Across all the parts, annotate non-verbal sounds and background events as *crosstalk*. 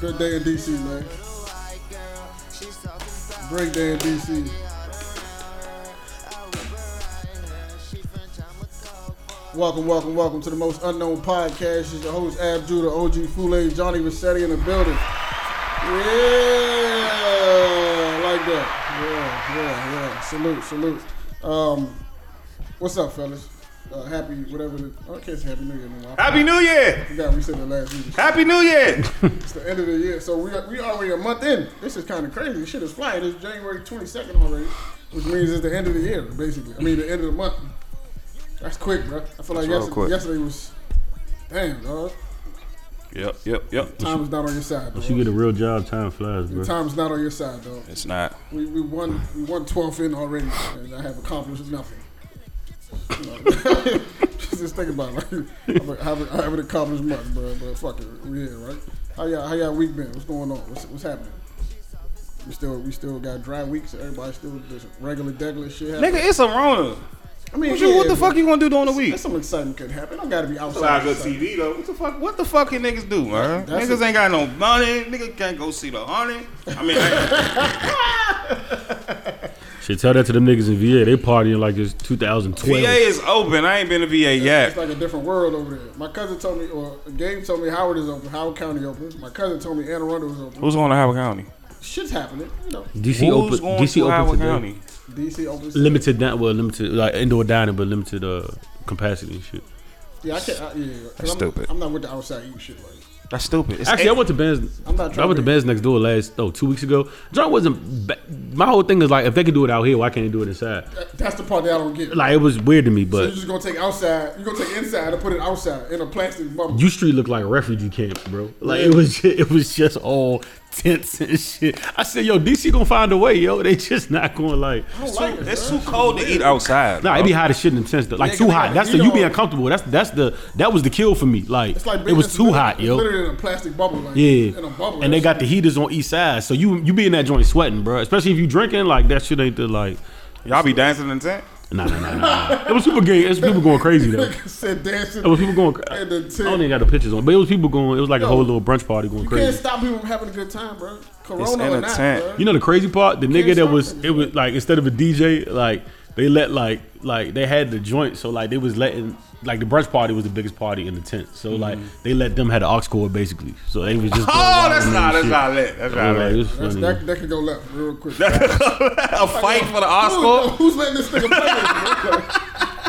Good day in DC, man. Great day in DC. Welcome, welcome, welcome to the most unknown podcast. It's your host Ab Judah, OG Fule, Johnny Rossetti in the building. Yeah, like that. Yeah, yeah, yeah. Salute, salute. Um, what's up, fellas? Uh, happy whatever. The, oh, I can't say Happy New Year anymore. I Happy New Year! forgot we said it last week. Happy New *laughs* Year! It's the end of the year, so we we already a month in. This is kind of crazy. Shit is flying. It's January twenty second already, which means it's the end of the year, basically. I mean, the end of the month. That's quick, bro. I feel like real yesterday, quick. yesterday was. Damn, dog. yep, yep, yep. Time is not on your side, You dog. get a real job, time flies, bro. Time is not on your side, dog. It's not. We we won we won twelfth in already, and I have accomplished nothing. You know, *laughs* Just think about it. Like, I'm like, I, haven't, I haven't accomplished much, bro. But fuck it, we here, right? How y'all how y'all week been? What's going on? What's what's happening? We still we still got dry weeks. Everybody still just regular degular shit. Happening. Nigga, it's a Rona. I mean, What, you, what the but fuck you gonna do during the week? That's some excitement could happen. Don't gotta be outside. excitement. though. What the fuck? What the fuck can niggas do, huh? That's niggas it. ain't got no money. Nigga can't go see the honey. I mean, I, Shit, tell that to them niggas in VA. They partying like it's 2012. VA is open. I ain't been to VA It's yet. like a different world over there. My cousin told me, or Gabe told me, Howard is open. Howard County open. My cousin told me, Anne Arundel is open. Who's going to Howard County? Shit's happening, you know. DC Who's open. going DC to open Howard today. County? DC opens. Limited that well, limited like indoor dining, but limited uh capacity and shit. Yeah, I can't. I, yeah, yeah. 'Cause I'm, stupid. I'm not with the outside eating shit like. That's stupid. It's Actually, I went to bands. I'm not I trying went to to be- bands next door last oh two weeks ago. John wasn't. Ba- my whole thing is like, if they can do it out here, why can't they do it inside? That- That's the part that I don't get. Like it was weird to me, so you're but just gonna take outside. You're gonna take inside and put it outside in a plastic bubble. U Street looked like a refugee camp, bro. Like it was, ju- it was just all tents and shit. I said, yo, DC gonna find a way, yo. They just not going like. I don't too, like it. it's bro. too cold to eat outside. Nah, bro. it be hot as shit in the sense that like Nigga, too they hot. got That's heat the you on. being comfortable. That's that's the that was the kill for me. Like, It's like it being was in- too hot, it's yo. Literally in a plastic bubble. Like, Yeah, In a bubble. and they got the heaters on each side, so you you be in that joint sweating, bro. Especially if you drinking, like that shit ain't the like. Y'all be dancing in the tent? Nah, nah, nah, nah. nah. it was people gay. It was people going crazy though. Nigga said dancing. It was people going. *laughs* I And the tent. don't even got the pictures on, but it was people going. It was like Yo, a whole little brunch party going you can't crazy. stop people from having a good time, bro. It's Corona in or a not, tent. bro. You know the crazy part? The can't nigga that stop was niggas, it was like instead of a DJ, like they let like like they had the joint, so like they was letting like the brunch party was the biggest party in the tent. So Mm-hmm. like they let them had the aux cord basically. So *laughs* they was just going Oh, wild that's and not, that's shit. not lit. That's It not was like, it lit. was That's, funny. that, that could go left real quick. *laughs* A fight for the Who- *laughs* Oscar? Who's letting this nigga play? this, bro?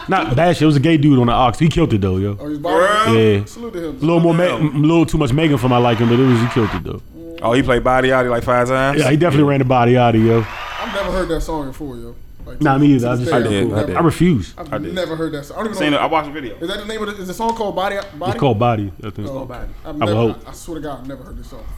Not bash. It was a gay dude on the ox. He killed it though, yo. Oh, he's bothering Yeah. him? Salute to him. A little more, Ma- a little too much Megan for my liking, but it was he killed it though. Oh, he played body out like five times? Yeah, he definitely ran the body out of yo. I've never heard that song before, yo. Like, Nah, me either. I just, I I, did, I did. refuse. I've never heard that song. I don't even Seen know. it. I watched the video. Is that the name of the, is the song called Body? Body? It's called body. I think. Oh, I've I never, would hope. I, swear to God, I've never heard this song before.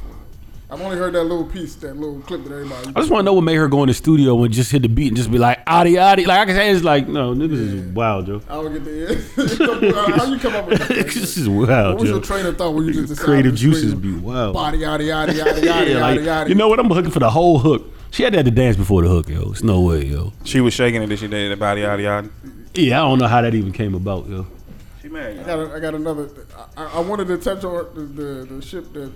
I've only heard that little piece, that little clip that everybody. I just want to know what made her go in the studio and just hit the beat and just be like, "Adi, adi." Like I can say, it's like, no, niggas is wild, *laughs* yo. I don't get the *laughs* How you come up with that? this is wild, what was yo. your train of thought when you just decided Creative to scream, juices be *laughs* wild. Body, yada, yada, yada, yada, Yeah, yada, like, yada. you know what? I'm looking for the whole hook. She had to have to dance before the hook, yo. It's no way, yo. She was shaking it and she did the body yada yada. Yeah, I don't know how that even came about, yo. She mad. I y'all. got, a, I got another. I, I wanted to touch on the the, the ship that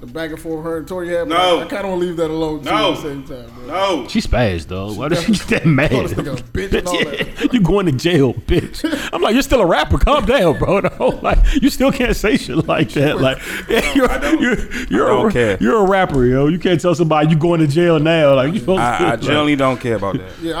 the back and forth her and Tori had. But No. I, I kind of want to leave that alone too No. at the same time, bro. No. She spazzed, dog. Why did she get that mad? Call this nigga a bitch and all that. *laughs* yeah, you going to jail, bitch. I'm like, you're still a rapper. Calm down, bro. *laughs* No, like, you still can't say shit like that. Like, yeah, you're, don't- you're, you're, I don't a, care. you're a rapper, yo. You can't tell somebody you going to jail now. Like, you supposed to. I, I like- generally don't care about that. Yeah, I,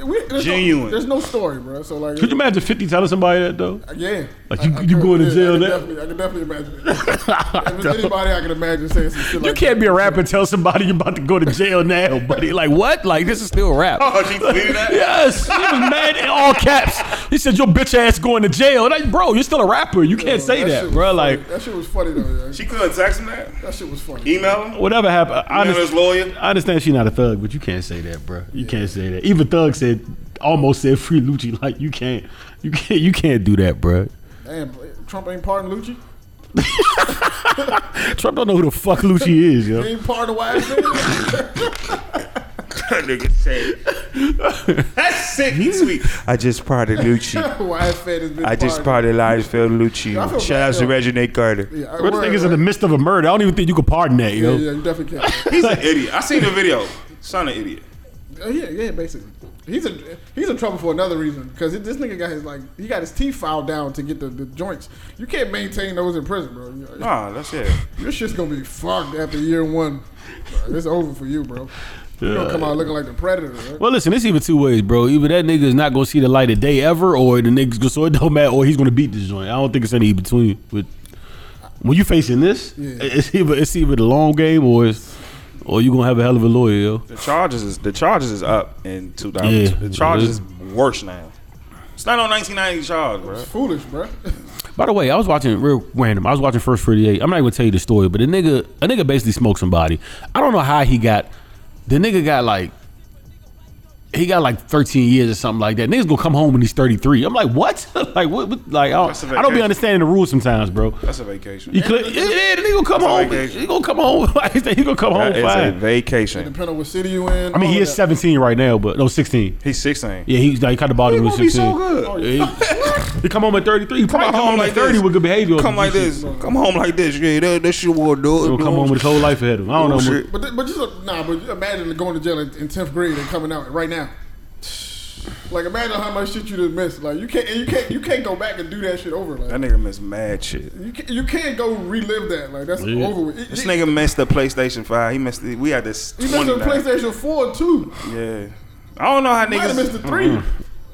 I, we, there's No, Genuine. there's no story, bro. So like, could you imagine 50 telling somebody that, though? yeah, Like, you- I- I you could- going to yeah, jail I can now? definitely- I can definitely imagine. it. if there's anybody I can imagine saying some shit like You can't that. be a rapper and tell somebody you're about to go to jail now, *laughs* buddy. Like, what? Like, this is still rap. *laughs* Oh, she tweeted that? Yes, he was mad in all caps. He said, "Your bitch ass going to jail." Like, bro, you're still a rapper. You can't say shit that, was bro. funny. Like, that shit was funny though. Yeah. She couldn't text him that? that shit was funny. Email him? whatever happened. I, Email his understand, lawyer? *laughs* I understand she's not a thug, but you can't say that, bro. You can't say that. Even thug said, almost said, *laughs* "Free Lucci." Like, you can't, you can't, you can't do that, bro. Damn, Trump ain't pardoned Lucci. Trump don't know who the fuck Lucci is, He *laughs* yo. ain't pardoned Wise Man. nigga said. *laughs* That's sick and sweet. I just parted Lucci. Why I fed this bitch I just party. parted Lionsfield Lucci. I feel Shout bad, out to yo. Reginae Carter. Yeah, I- What the word, thing is in the word. midst of a murder? I don't even think you could pardon that, yo. Yeah, yeah, you definitely can't. *laughs* He's an idiot. I seen the video. Son of idiot. Uh, yeah, yeah, basically. He's in he's in trouble for another reason because this nigga got his like he got his teeth filed down to get the, the joints. You can't maintain those in prison, bro. You- Nah, that's it. Your shit's gonna be fucked after year one. Bro, It's over for you, bro. You gonna come out looking like the predator. Right? Well, listen, it's either two ways, bro. Either that nigga is not gonna see the light of day ever, or the niggas go so it don't matter, or he's gonna beat this joint. I don't think it's any in between. But when you facing this, Yeah. it's either it's either the long game or it's, or you gonna have a hell of a lawyer, yo. The charges is the charges is up in two thousand. Yeah. the charges is worse now. It's not on nineteen ninety charge, bro. It's foolish, bro. *laughs* By the way, I was watching real random. I was watching First 48. I'm not even gonna tell you the story, but a nigga a nigga basically smoked somebody. I don't know how he got the nigga got like he got like 13 years or something like that. Niggas gonna come home when he's 33. I'm like, what? *laughs* like what, what- like I That's a don't, I don't be vacation. understanding the rules sometimes, bro. That's a vacation. He click, yeah, yeah, the nigga gonna come That's a home. vacation. He gonna come home. *laughs* like, he gonna come home That is a fine. vacation. Depending on what city you in. I mean, he all is of that. 17 right now, but no, 16. He's sixteen. Yeah, he's like, he caught the ball when He he was won't be 16. so good. Yeah, he, *laughs* he come home at 33. He probably come, home like 30 this. with good behavior. Come like this. Come home like this. Yeah, that, that shit will do. He'll come home with his whole life ahead of him. I don't know. Bullshit. But th- but just look- nah. But you imagine going to jail in, in tenth grade and coming out right now. *sighs* Like imagine how much shit you done missed. Like you can't and you can't you can't go back and do that shit over. Like That nigga missed mad shit. You can't, you can't go relive that. Like that's Yeah. over with. It- This it- nigga missed the PlayStation Five. He missed. The, we had this. You missed 20 the now. PlayStation 4 too. Yeah. I don't know how Might have missed the niggas. 3.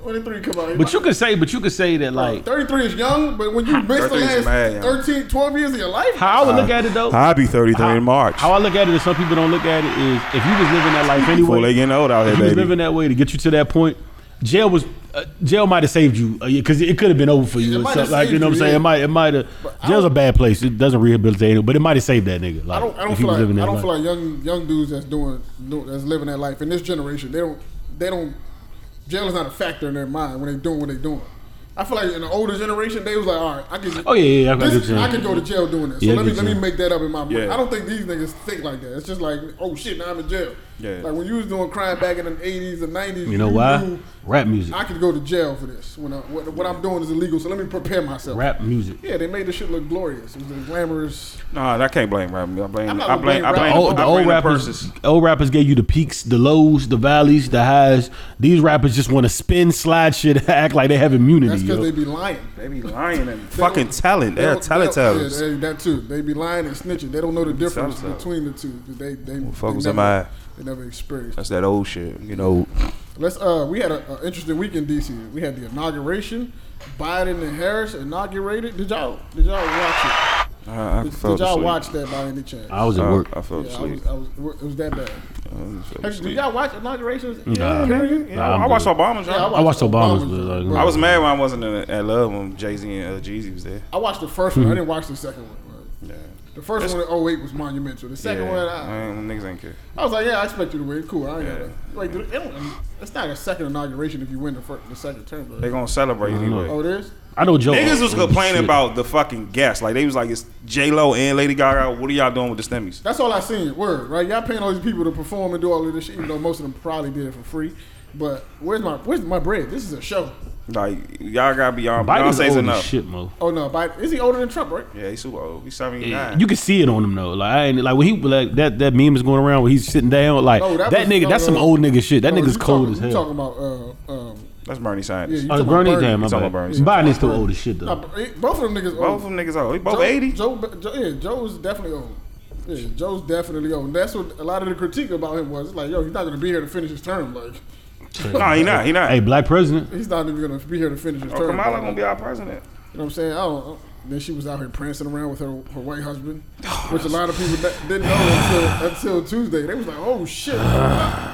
When did 3 come out? Mm-hmm. But you could say, but you could say that like 33 is young, but *laughs* when you miss the 33 last is mad, yo. 13, 12 years of your life, how I would look at it though. I'll be 33 in March. How I look at it, and some people don't look at it, is if you was living that life Before they anyway, getting old out if you was here, baby. living that way to get you to that point. Jail was uh, jail might have saved you because it could have been over for It you. or might have something, like you saved know what I'm you, saying. yeah. It might it might have. I Jail's a don't- bad place. It doesn't rehabilitate it, but it might have saved that nigga. Like I don't I don't if he feel was like living that I don't life. feel like young young dudes that's doing do- that's living that life in this generation. They don't they don't jail is not a factor in their mind when they doing what they doing. I feel like in the older generation, they was like, all right, I can. Oh, yeah, yeah, yeah, I got this- what you're I saying. can go to jail doing this. So Yeah, I let me get let me you. make that up in my mind. Yeah. I don't think these niggas think like that. It's just like, oh shit, now I'm in jail. Yeah. Like when you was doing crime back in the '80s and '90s, you know why? knew, Rap music. I could go to jail for this. When I, what, what I'm doing is illegal, so let me prepare myself. Rap music. Yeah, they made this shit look glorious. It was a glamorous. Nah, I can't blame rap. I blame. I'm not I blame. I gonna blame blame. rap. I Oh, blame old, the the old purses. rappers, old rappers gave you the peaks, the lows, the valleys, the highs. These rappers just want to spin, slide shit, *laughs* act like they have immunity. That's because yo. they be lying. They be lying and They don't- fucking talent. They're don't- don't- Teletubbies. Yeah, they, that too. They be lying and snitching. They don't know the difference Teletubbies. between the two. They they, fuck they was never, in my eye. They never experienced. That's that old shit, you know. Let's. Uh, we had an interesting week in DC. We had the inauguration. Biden and Harris inaugurated. Did y'all? Did y'all watch it? I, I Did, fell did y'all asleep. watch that by any chance? I was at I, work. I fell yeah, I asleep. was, I was, it was that bad. I was fell Actually, asleep. did y'all watch inaugurations? Nah. period? Nah, I'm I watched good. Obama. Yeah, Yeah, I watched Obama's, Obama's, but, like, bro. I was mad when I wasn't in, at love when Jay Z and uh, Jeezy was there. I watched the first Hmm. one. I didn't watch the second one. bro. Yeah. The first one in 08 was monumental. The second yeah. one, I, I ain't- niggas ain't care. I was like, yeah, I expect you to win. Cool. I ain't Yeah. gotta. Like, dude, it don't- it's not a second inauguration if you win the first, the second term. They Bro. gonna celebrate anyway. Oh, it is. I know Joe. Niggas was oh, complaining shit. about the fucking guests. Like they was like, it's J Lo and Lady Gaga. What are y'all doing with the stemmies? That's all I seen. Word, right? Y'all paying all these people to perform and do all of this shit, even though most of them probably did it for free. But where's my where's my bread? This is a show. Like y'all gotta be on. Biden's Beyonce's old enough. as shit, mo. Oh no, Biden is he older than Trump? Right? Yeah, he's super old. He's seventy nine. You can see it on him though. Like, I ain't, like when he like that that meme is going around where he's sitting down. Like No, that, that was- nigga, no, that's no, some no. old nigga shit. That No, nigga's Oh, you cold talking- as You hell. talking about uh, um, That's Bernie yeah, Sanders. you Oh, talking Bernie, about damn, my He's talking bad. about Bernie. Biden's still old as shit Nah, though. bro, it- both of them niggas. both old. of them niggas old. He both Joe, Oh, eighty. Joe, Joe, yeah, Joe's definitely old. Yeah, Joe's definitely old. And that's what a lot of the critique about him was. It's like, yo, he's not gonna be here to finish his term. Like, No, he not. He not. Hey, black president. he's not even gonna be here to finish his Oh, term. Kamala gonna be our president. You know what I'm saying? I don't. know. Then she was out here prancing around with her, her white *sighs* husband, which a lot of people that didn't know until until Tuesday. They was like, "Oh shit!" *sighs*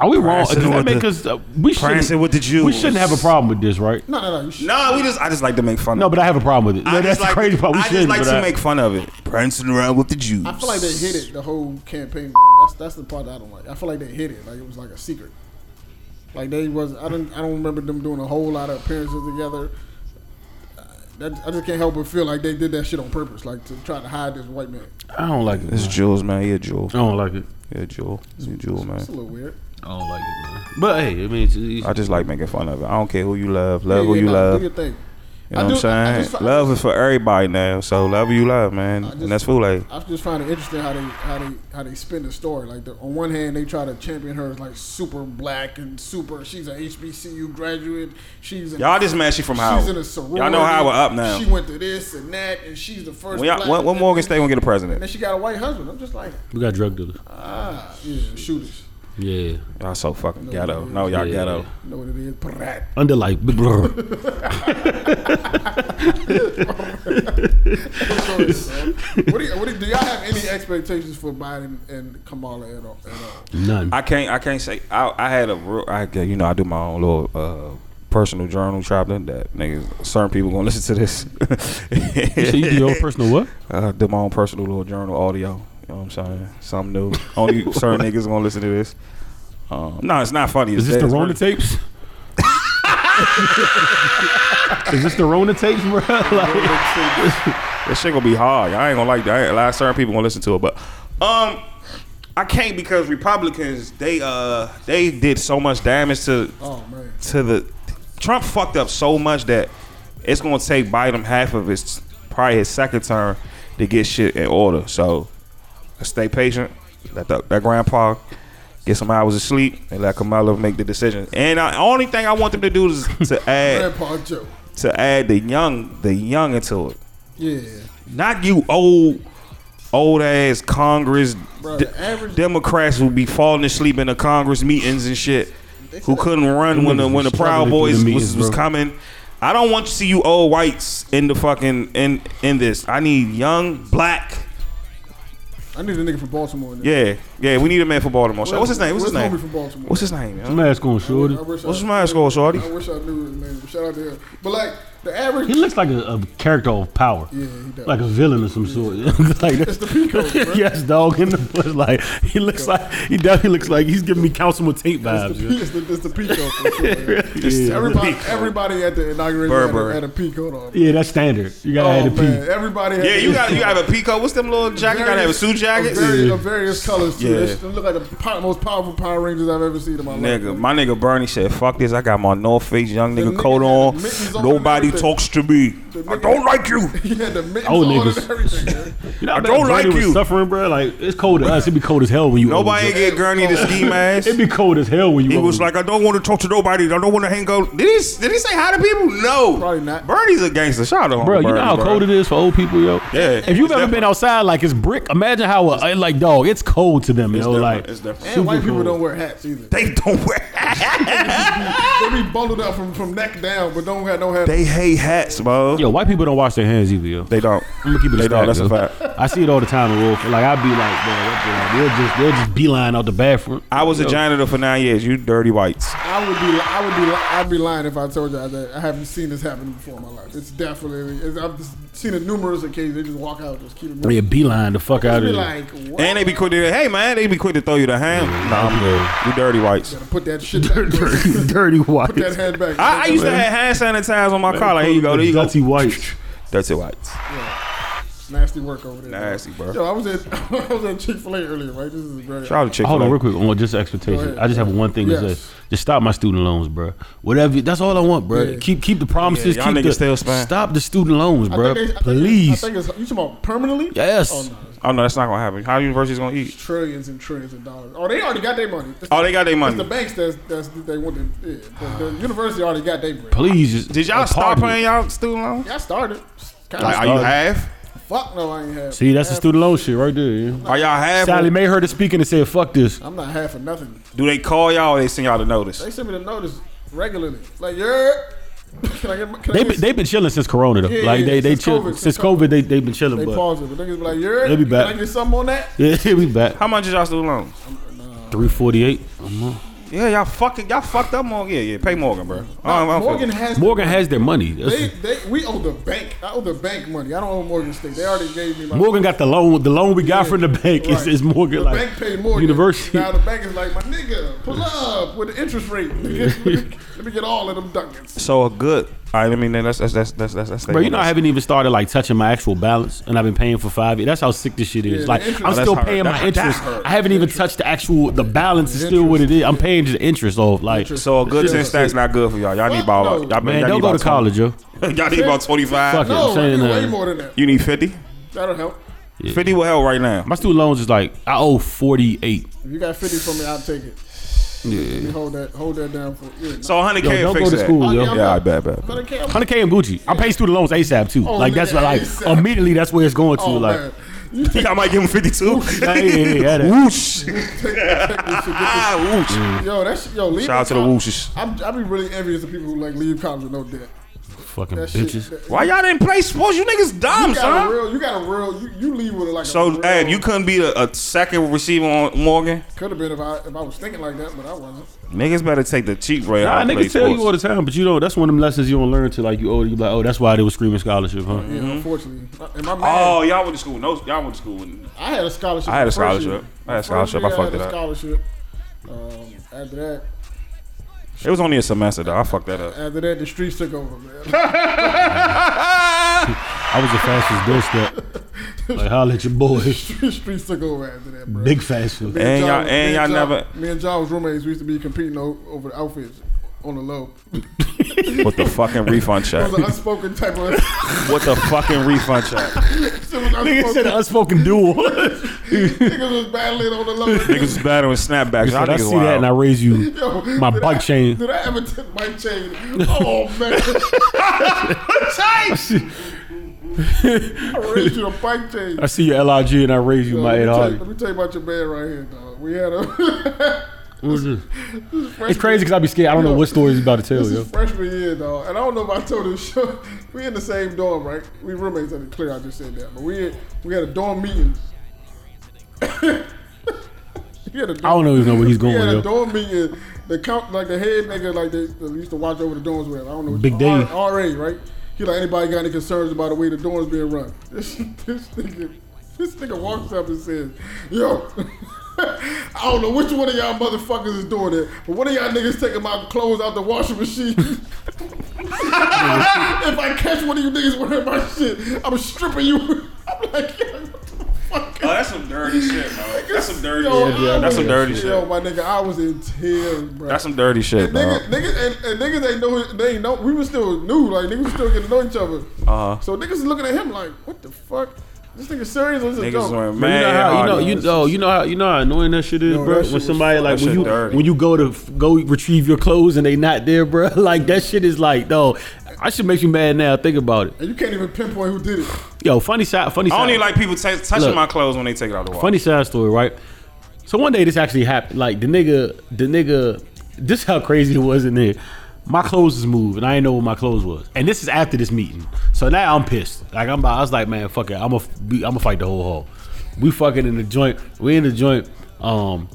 Are we wrong? Prancing Does that with make the- us? Uh, we Prancing shouldn't. with the Jews. We shouldn't have a problem with this, right? No, no, no. You sh- No, we just. I just like to make fun. No, of but it. I have a problem with it. I that's just the like crazy to, part. We I just shouldn't. like but to I- make fun of it. Prancing around with the Jews. I feel like they hit it the whole campaign. That's that's the part that I don't like. I feel like they hit it like it was like a secret. Like they was I don't I don't remember them doing a whole lot of appearances together. That, I just can't help but feel like they did that shit on purpose, like to try to hide this white man. I don't like it. This man. is Jules, man. He a Jewel. I don't like it. He a Jewel. He a Jewel, man. It's a little weird. I don't like it, man. But hey, I mean, it's, it's, I just like making fun of it. I don't care who you love. Love Yeah, who yeah, you nah, love. Do your thing. You know I what I'm do- I- I saying? just- I love is for everybody now. So love who you love, man. I just- and that's Fool eh? Aid. I just find it interesting how they how they how they spin the story. Like the, on one hand, they try to champion her as like super black and super. She's an HBCU graduate. She's in Y'all just mad she from Howard. She's in a sorority. Y'all know Howard up now. She went to this and that, and she's the first. When, y'all, black- when, when Morgan State gonna get a And president? then she got a white husband. I'm just like, we got drug dealers. ah, yeah, shooters. Yeah, Y'all so fucking ghetto. No, y'all Yeah. ghetto. You know what it is? *laughs* Brat. under like *laughs* brr. what do, you, what do, you- do y'all have any expectations for Biden and Kamala at all? At all? *laughs* none. I can't. I can't say. I, I had a real. I get- you know. I do my own little uh, personal journal. traveling that niggas. Certain people gonna *laughs* listen to this. You say *laughs* you do your own personal *laughs* what? I do my own personal little journal audio. You know what I'm saying? Something new. Only *laughs* certain niggas gonna listen to this. Um, no, it's not funny. Is It's this the dead. It's Rona really- tapes? *laughs* Is this the Rona tapes, bro? *laughs* Like, That shit gonna be hard. I ain't gonna like that. I ain't- A lot of certain people gonna listen to it, but um, I can't because Republicans they uh they did so much damage to Oh man, to the Trump fucked up so much that it's gonna take Biden half of his probably his second term to get shit in order. So stay patient. Let that, that grandpa get some hours of sleep and let Kamala make the decision. And the only thing I want them to do is to *laughs* add Grandpa Joe. to add the young the young into it. Yeah, Not you old old ass Congress bro. de- the average Democrats will be falling asleep in the Congress meetings and shit. Who couldn't run when the when the Proud Struggling through Boys the was, meetings, was bro. coming? I don't want to see you old whites in the fucking in in this. I need young black. I need a nigga from Baltimore. In there. Yeah, yeah. We need a man for Baltimore. So what's his name? What's his Where's name? homie From Baltimore? What's his name? I'm yo? mask on, I shorty. wish I- What's his name, score, Shorty? I wish I knew his name. but Shout out to him. But like the average, *laughs* He looks like a, a character of power, yeah, he does. like a villain of some sort. *laughs* like it's the *laughs* Pico. bro. yes, dog in the bush. Like he looks like he definitely looks like he's giving me Councilman Tate vibes. yo. It's the, it's the Pico. For *laughs* sure, yeah. Yeah, Everybody, everybody at the inauguration had a, Burberry. had a Pico on. yeah, that's standard. You gotta Oh have the man, P. everybody. Had Yeah, you got you got to have a peacoat. What's them little jacket? You gotta have a suit jacket. Of various, of various colors too. Yeah. They should look like the po- most powerful Power Rangers I've ever seen in my Nigga, life. my nigga Bernie said, "Fuck this! I got my North Face young The nigga nigga coat had mittens on. on Nobody and everything. talks to me. I nigga- don't *laughs* like you." *laughs* He had the mittens Old on niggas. and everything. man. You know, I how bad don't Bernie like was you. Suffering, bro. Like it's cold to us. It'd be cold as hell when you. Nobody old, get Gurney the ski mask. bro. It'd be cold as hell when you. He old, was bro. like, I don't want to talk to nobody. I don't want to hang out. Did he? Did he say hi to people? No, Probably not. Bernie's a gangster. Shout out to Bro, Bernie, you know how bro. cold it is for old people, yo. Yeah, If you've it's ever different. been outside, like it's brick. Imagine how uh, like dog, it's cold to them, It's yo. different. Like it's different. And white people cool. don't wear hats either. They don't wear. hats. They be bundled up from, from neck down, but don't have no hat. they hate hats, bro. yo, white people don't wash their hands either, yo. They don't. I'm gonna keep it a They stack, don't. That's a yo. fact. I see it all the time in Wolf. Like I'd be like, man, what the- they'll just they'll just beeline out the bathroom. I was a janitor for nine years. You dirty whites. I would be, li- I would be, li- I'd be lying if I told you that I haven't seen this happen before in my life. It's definitely, it's, I've just seen it numerous occasions. They just walk out, just keep it Yeah, moving. beeline the fuck I'd out of be there. like, what? And they be quick to hey man, they be quick to throw you the hand. Nah, I'm good. You dirty whites. put that shit back. Put *laughs* dirty, dirty *laughs* white. that hand back. I, I used to have hand sanitizer on my car. Like, here you go, there you go. Dirty white. Dirty whites. Nasty work over there. Nasty, bro. Yo, I was at, *laughs* I was at Chick Fil A earlier, right? This is great. Shout out to Chick Hold on, Fil real A. quick. On just Go expectations, ahead. I just have one thing to Yes. say. Just stop my student loans, bro. Whatever. That's all I want, bro. Yeah. Keep keep the promises. Yeah, y'all keep niggas the, still spying. stop the student loans, I bro. think they- I Please. Think, it's- I think it's you talking about permanently? Yes. Oh no, it's Oh no, that's not gonna happen. How the university's gonna eat? trillions and trillions of dollars. Oh, they already got their money. It's Oh, they got their It's the money. banks that's that's they want to. Yeah, the, the university already got their bread. Please. Just Did y'all a stop party. paying y'all student loans? I started. Kind Like, of are you half? fuck no, I ain't half. See, that's the student loan shit right there. Yeah. Are y'all half? Sally May heard it speaking and said, "Fuck this." I'm not half of nothing. Do they call y'all or they send y'all the notice? They send me the notice regularly. Like, yeah. *laughs* can I get? my- Can They I been- get they been chilling since Corona though. Yeah, yeah, like yeah, they they since chill COVID, since since COVID. They they been chilling, they but pause it, but niggas be like, yeah. They'll be back. Can I get something on that? *laughs* yeah, we back. How much is y'all student loans? Three forty eight. Yeah, y'all fucking y'all fucked up Morgan. Yeah, yeah. Pay Morgan, bro. I'm- I'm Morgan fucking- has. Morgan has their money. That's- They, they, we owe the bank. I owe the bank money. I don't owe Morgan State. They already gave me my Morgan got the loan. The loan we got from the bank is, Right. is Morgan. The like bank paid Morgan. University. Now the bank is like, my *laughs* nigga, pull up with the interest rate. Nigga. let, me, let me get all of them ducats. so a good All right, I mean, that's that's that's that's that's. that's Bro, you know I haven't even started like touching my actual balance, and I've been paying for five years. That's how sick this shit is. Yeah, like the interest- I'm Oh, still that's hard. paying my That- interest. that hurt. I haven't even touched the actual. The balance is The still what it interest. is. I'm paying just the interest off. Like Interest. So a good Yeah. ten stacks not good for y'all. Y'all need about no. y'all, man, y'all don't need go about to college, yo. 20. Y'all need about twenty *laughs* Fuck five. it. I'm No, I saying need that. way more than that. You need fifty. That'll help. Fifty will help right now. My student loans is like I owe forty eight. If you got fifty from me, I'll take it. Yeah. You hold that, hold that down for. Yeah, So hundred Yo, k don't fix go to that. school, Oh, yo. Yeah, all right, bet, bet. bet. Hundred K. Hundred K and Gucci. I'm paying student loans ASAP too. Oh, like that's nigga, what, like ASAP. immediately that's where it's going to. Oh like man, *laughs* Think I might give him fifty two. *laughs* yeah, yeah, *laughs* yeah, that- Whoosh. You should get Ah, whoosh. Yo, that's yo. Leave Shout out to the col- whooshes. I'm, I be really envious of people who like leave college with no debt. fucking That bitches. shit. that- Why y'all didn't play sports? You niggas dumb, you got a son. real. You got a real. You, you leave with like. So, a hey, if you couldn't be a, a second receiver on Morgan, could have been if I if I was thinking like that, but I wasn't. niggas better take the cheap rate. Nah, out and play niggas tell you all sports. the time, but you know that's one of them lessons you don't learn to like you older. You be like, oh, that's why they was screaming scholarship, huh? Yeah, unfortunately. And my man, Mm-hmm. Oh, y'all went to school. No, y'all went to school. With, I had a scholarship. I had a the first scholarship. year. I had a The scholarship. first I year fucked it up. had a scholarship. Um, after that, it was only a semester though. I fucked that *laughs* up. after that, the streets took over, man. *laughs* I was the fastest doorstep. like, holla at your boy, the streets took over after that, bro. big fashion. Me And John- y'all- me and y'all John- never- Me and John was roommates. We used to be competing o- over the outfits on the low. *laughs* It With the fucking refund check. was an unspoken type of. *laughs* With the fucking refund check. It was Nigga unspoken. said an unspoken duel. Niggas was battling on the low. *laughs* Niggas was battling snapbacks. Y'all Said, I niggas see wild. that and I raise you Yo, my did bike I- chain. Did I ever tip my chain? Oh man, *laughs* chain! I raised you a bike chain. I see your LIG and I raise you Yo, my let, eight me tell you, hundred. let me tell you about your man right here, dog. We had a. *laughs* It's crazy because I be scared. I don't know what story he's about to tell This yo. is freshman year, dog, and I don't know if I told *laughs* this. Show. We in the same dorm, right? We roommates at the clear. I just said that, but we we had a dorm meeting. *coughs* we had a dorm I don't even know where he's going, We had a yo. dorm meeting. The count, like the head nigga, like they, they used to watch over the dorms. With I don't know. what- Big Dave. R- RA, right? He like anybody got any concerns about the way the dorms being run? *laughs* This this nigga, this nigga walks up and says, "Yo." *laughs* I don't know which one of y'all motherfuckers is doing it, but one of y'all niggas taking my clothes out the washing machine. *laughs* if I catch one of you niggas wearing my shit, I'm stripping you. *laughs* I'm like, yo, what the fuck? Oh, that's some dirty shit, bro. That's some dirty Yo, shit. I That's was- some dirty Yo, shit. my nigga, I was in tears, bro. That's some dirty shit, dog. Niggas, niggas and, and niggas ain't know they ain't know we was still new, like niggas was still getting to know each other. Uh-huh. So niggas is looking at him like, what the fuck? This nigga serious or this a Niggas joke? wearing You know how you man. know you know you know how you know how annoying that shit is, Yo, bro. that shit When was somebody fu- like that when shit you dirty. when you go to f- go retrieve your clothes and they not there, bro. *laughs* Like that shit is like, no. I should make you mad now. Think about it, and you can't even pinpoint who did it. yo. Funny side, funny I side. don't even like people ta- touching Look. my clothes when they take it out the water. funny side story, right? So one day this actually happened. Like the nigga, the nigga, this how crazy it was in there. My clothes is moved, and I didn't know where my clothes was. And this is after this meeting, so now I'm pissed. Like I'm, about, I was like, man, fuck it, I'm a, I'm gonna fight the whole hall. We fucking in the joint. We in the joint. Um,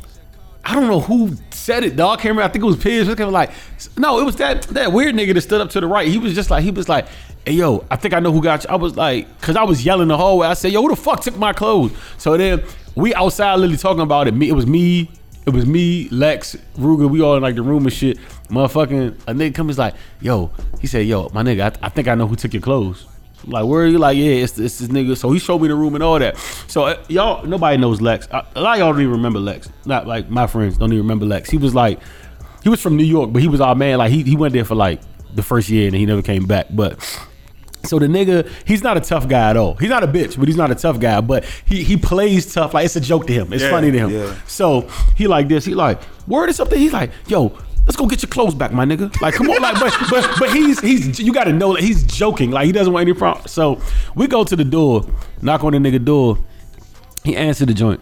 I don't know who said it, dog. Camera, I think it was Piz. It was kind of like, no, it was that that weird nigga that stood up to the right. He was just like, he was like, hey yo, I think I know who got you. I was like, cause I was yelling the hallway. I said, yo, who the fuck took my clothes? So then we outside literally talking about it. Me, it was me, it was me, Lex, Ruger. We all in like the room and shit. Motherfucking a nigga comes like, yo, he said, yo, my nigga, I, I think I know who took your clothes. I'm Like where are you? Like yeah, it's, it's this nigga. So he showed me the room and all that. So uh, y'all, nobody knows Lex. A a lot of y'all don't even remember Lex. Not like my friends don't even remember Lex. He was like, he was from New York, but he was our man. Like he he went there for like the first year and he never came back. But so the nigga, he's not a tough guy at all. He's not a bitch, but he's not a tough guy. But he he plays tough. Like it's a joke to him. It's Yeah, funny to him. yeah. So he like this. He like word is something. He's like, yo, let's go get your clothes back, my nigga. Like, come on, like, but but but he's he's you got to know that he's joking. Like he doesn't want any problem. So we go to the door, knock on the nigga door. He answered the joint.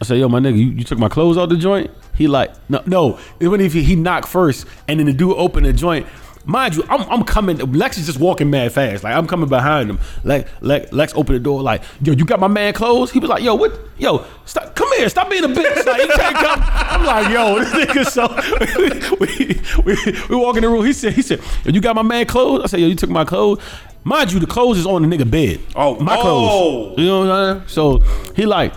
I said, yo, my nigga, you, you took my clothes out the joint? He like, no, no. It went if he, he knocked first and then the dude opened the joint. Mind you, I'm, I'm coming. Lex is just walking mad fast. Like I'm coming behind him. Lex, Lex, Lex opened the door. Like, yo, you got my man clothes? He was like, yo, what? Yo, stop, come here. Stop being a bitch. Like he can't come. I'm like, yo, this nigga. So *laughs* we, we, we walk in the room. He said, he said, yo, you got my man clothes? I said, yo, you took my clothes. Mind you, the clothes is on the nigga bed. Oh, my oh. clothes. You know what I'm saying? So he like,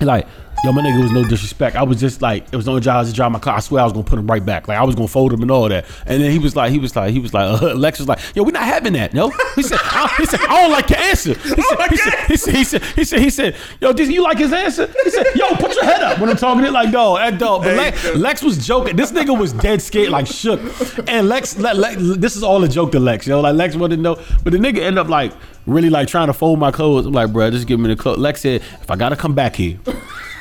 he like, Yo, my nigga it was no disrespect. I was just like, it was the only job I was to drive my car. I swear I was gonna put him right back. Like I was gonna fold him and all that. And then he was like, he was like, he was like, *laughs* uh, Lex was like, yo, we're not having that. No, he said, I, he said, I don't like your answer. He said, he, said, he said, he said, he said, he said, yo, did you like his answer? He said, yo, put your head up when I'm talking it like, dog, that dog. But Lex, Lex was joking. This nigga was dead scared, like shook. And Lex, Le, Le- this is all a joke to Lex, yo. Like Lex wanted to know, but the nigga ended up like really like trying to fold my clothes. I'm like, bro, just give me the clothes. Lex said, if I gotta come back here.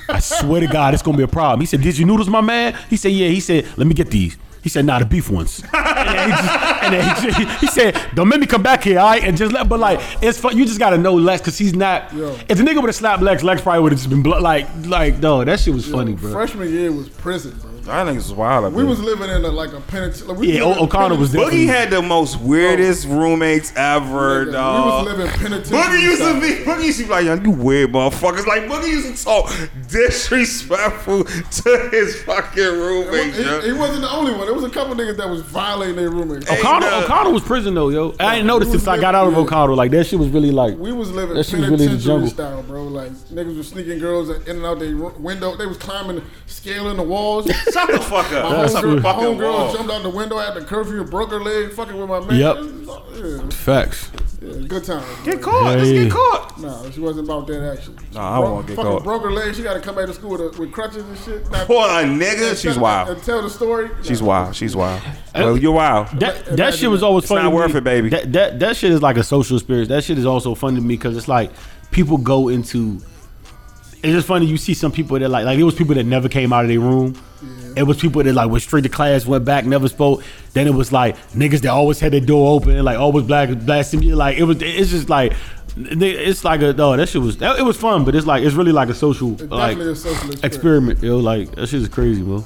I swear to God, it's gonna be a problem. He said, "Did you noodles, my man?" He said, "Yeah." He said, "Let me get these." He said, "Nah, the beef ones." And then he, just, and then he, just- he said, "Don't make me come back here, all right?" And just let, but like, it's fun. You just gotta know Lex because he's not. Yo. If the nigga would have slapped Lex, Lex probably would have just been blo- like, like, no, that shit was funny, bro. Freshman year was prison, bro. I think it's wild. We was living in a, like a penitentiary. Like, we yeah, living in o- a O'Connor was there. Boogie had the most weirdest roommates ever, penitentiary. dog. We was living penitentiary. Boogie used to style. be, Boogie used to be like, yo, you weird motherfuckers. Like, Boogie used to talk disrespectful to his fucking roommate, yo. He, he wasn't the only one. There was a couple niggas that was violating their roommates. O'Connor, nah. O'Connor was prison though, yo. I didn't notice he was since I got out of living- O'Connor. Like that shit was really like. We was living That shit was really the penitentiary jungle. style, bro. Like niggas was sneaking girls in and out their ro- window. They was climbing, scaling the walls. *laughs* Shut the fuck up. My That's a homegirl, my fucking homegirl wall. jumped out the window at the curfew, broke her leg, fucking with my man. Yep. Yeah, Facts. yeah, good time. Get caught. Let's Yeah. get caught. No, she wasn't about that action. Nah, I Broke- won't get fucking caught. Broke her leg. She got to come back to school with, a, with crutches and shit. Not- Poor a nigga. and She's tell- wild. And tell the story. She's Nah. wild. She's wild. Well, you're wild. That, that Imagine shit was that. always It's funny. not to worth me. it, baby. That, that that shit is like a social experience. That shit is also fun to me because it's like people go into. It's just funny you see some people that like like it was people that never came out of their room. It was people that like went straight to class, went back, never spoke. Then it was like niggas that always had their door open and like always black blasting you. Like it was, it's just like n- it's like a no. That shit was that, it was fun, but it's like it's really like a social like definitely a social experience. experiment. Yo, like that shit is crazy, bro.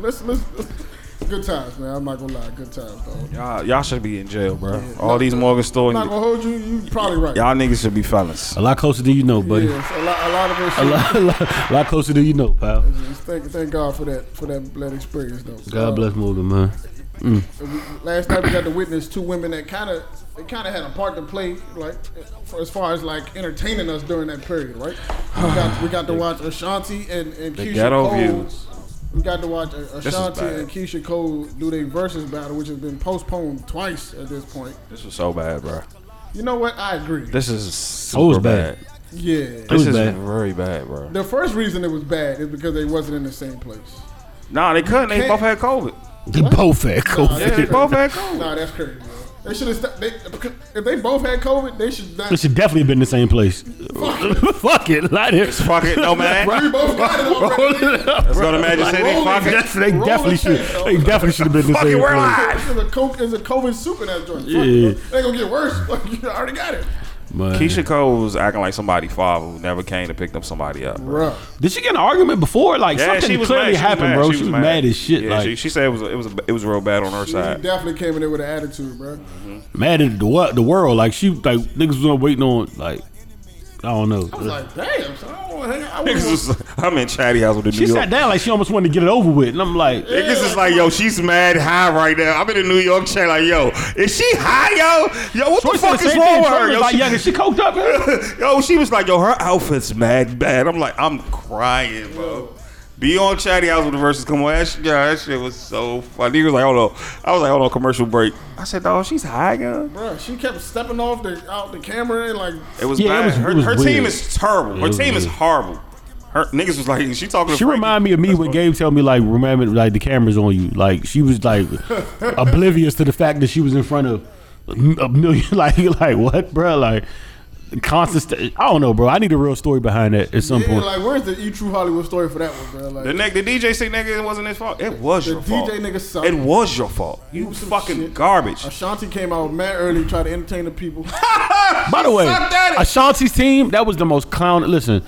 Let's, let's, let's- good times, man. I'm not gonna lie, good times, though. Y'all, y'all should be in jail, bro. All these Morgan I'm Stone, not y'all gonna hold you. You probably right. niggas should be felons. a lot closer than you know, buddy. Yes, a lot, a lot of a, it. lot, a, lot, a lot closer than you know, pal. Thank, thank God for that, for that, that experience, though. God bless Morgan, man. Last night we got to witness two women that kind of, they kind of had a part to play, like, for, as far as like entertaining us during that period, right? We got, we got *sighs* to watch Ashanti and and Keisha ghetto Cole. views. We got to watch A- is Ashanti bad. and Keisha Cole do their versus battle, which has been postponed twice at this point. This was so bad, bro. You know what? I agree. This is super Oh, it was bad. bad. Yeah. This was is bad. very bad, bro. The first reason it was bad is because they wasn't in the same place. Nah, they couldn't. They can't- both had COVID. They both had Yeah, they that's both had crazy. COVID. Nah, that's crazy. Bro. They should have. St- they, if they both had COVID, they should not. It should definitely been in the same place. *laughs* Fuck it, light it. Fuck it, no man. we both got it already. Let's go to Magic City. rolling Fuck it. Yes, they Roll definitely the should. tape, They dog. definitely should have been in the Fuck it, same we're place. live. It's a, co- it's a COVID soup in that joint. Fuck, bro. Yeah. They gonna get worse. *laughs* Like, you already got it. Man. Keisha Cole was acting like somebody's father who never came to pick up somebody up. Bro. Bruh. Did she get in an argument before? Like Yeah, something she was clearly mad. She was happened, mad. bro. She was, mad. as shit. Yeah, like she, she said it was it was a, it was real bad on her She side. definitely came in there with an attitude, bro. mad at the what the world. Like she like niggas was on waiting on like I don't know. I was like, damn. Son, I don't wanna hang out. I wouldn't *laughs* Niggas want- was- I'm in chatty house with the she New York. sat down like she almost wanted to get it over with, and I'm like, Niggas is like, yo, she's mad high right now. I'm in the New York chat, like, yo, is she high, yo? Yo, what Troy the said fuck the is same wrong thing. with Troy her? was Yo, like, she, yeah, she coked *coughs* up. yo, she was like, yo, her outfit's mad bad. I'm like, I'm crying, bro. Be on chatty house with the verses. Come on, that shit, yo, that shit was so funny. He was like, hold on. I was like, hold on, commercial break. I said, dog, she's high, yo. *laughs* Bruh, she kept stepping off the out the camera and like It was Yeah, it bad. was- her it was her weird. team is terrible. Her was team is weird. horrible. Her niggas was like, she talking. to Frankie. She remind me of me when Gabe tell me like remind me like the cameras on you like she was like oblivious to the fact that she was in front of a million *laughs* like you're like what bro like constant st- I don't know bro I need a real story behind that at some yeah, point like where's the E True Hollywood story for that one, bro? Like The nigga, the DJ sick nigga, it wasn't his fault. It was The your fault. DJ nigga sucked. It was your fault. You some fucking shit. garbage. Ashanti came out mad early, tried to entertain the people. by the way sucked at it. Ashanti's team that was the most clown listen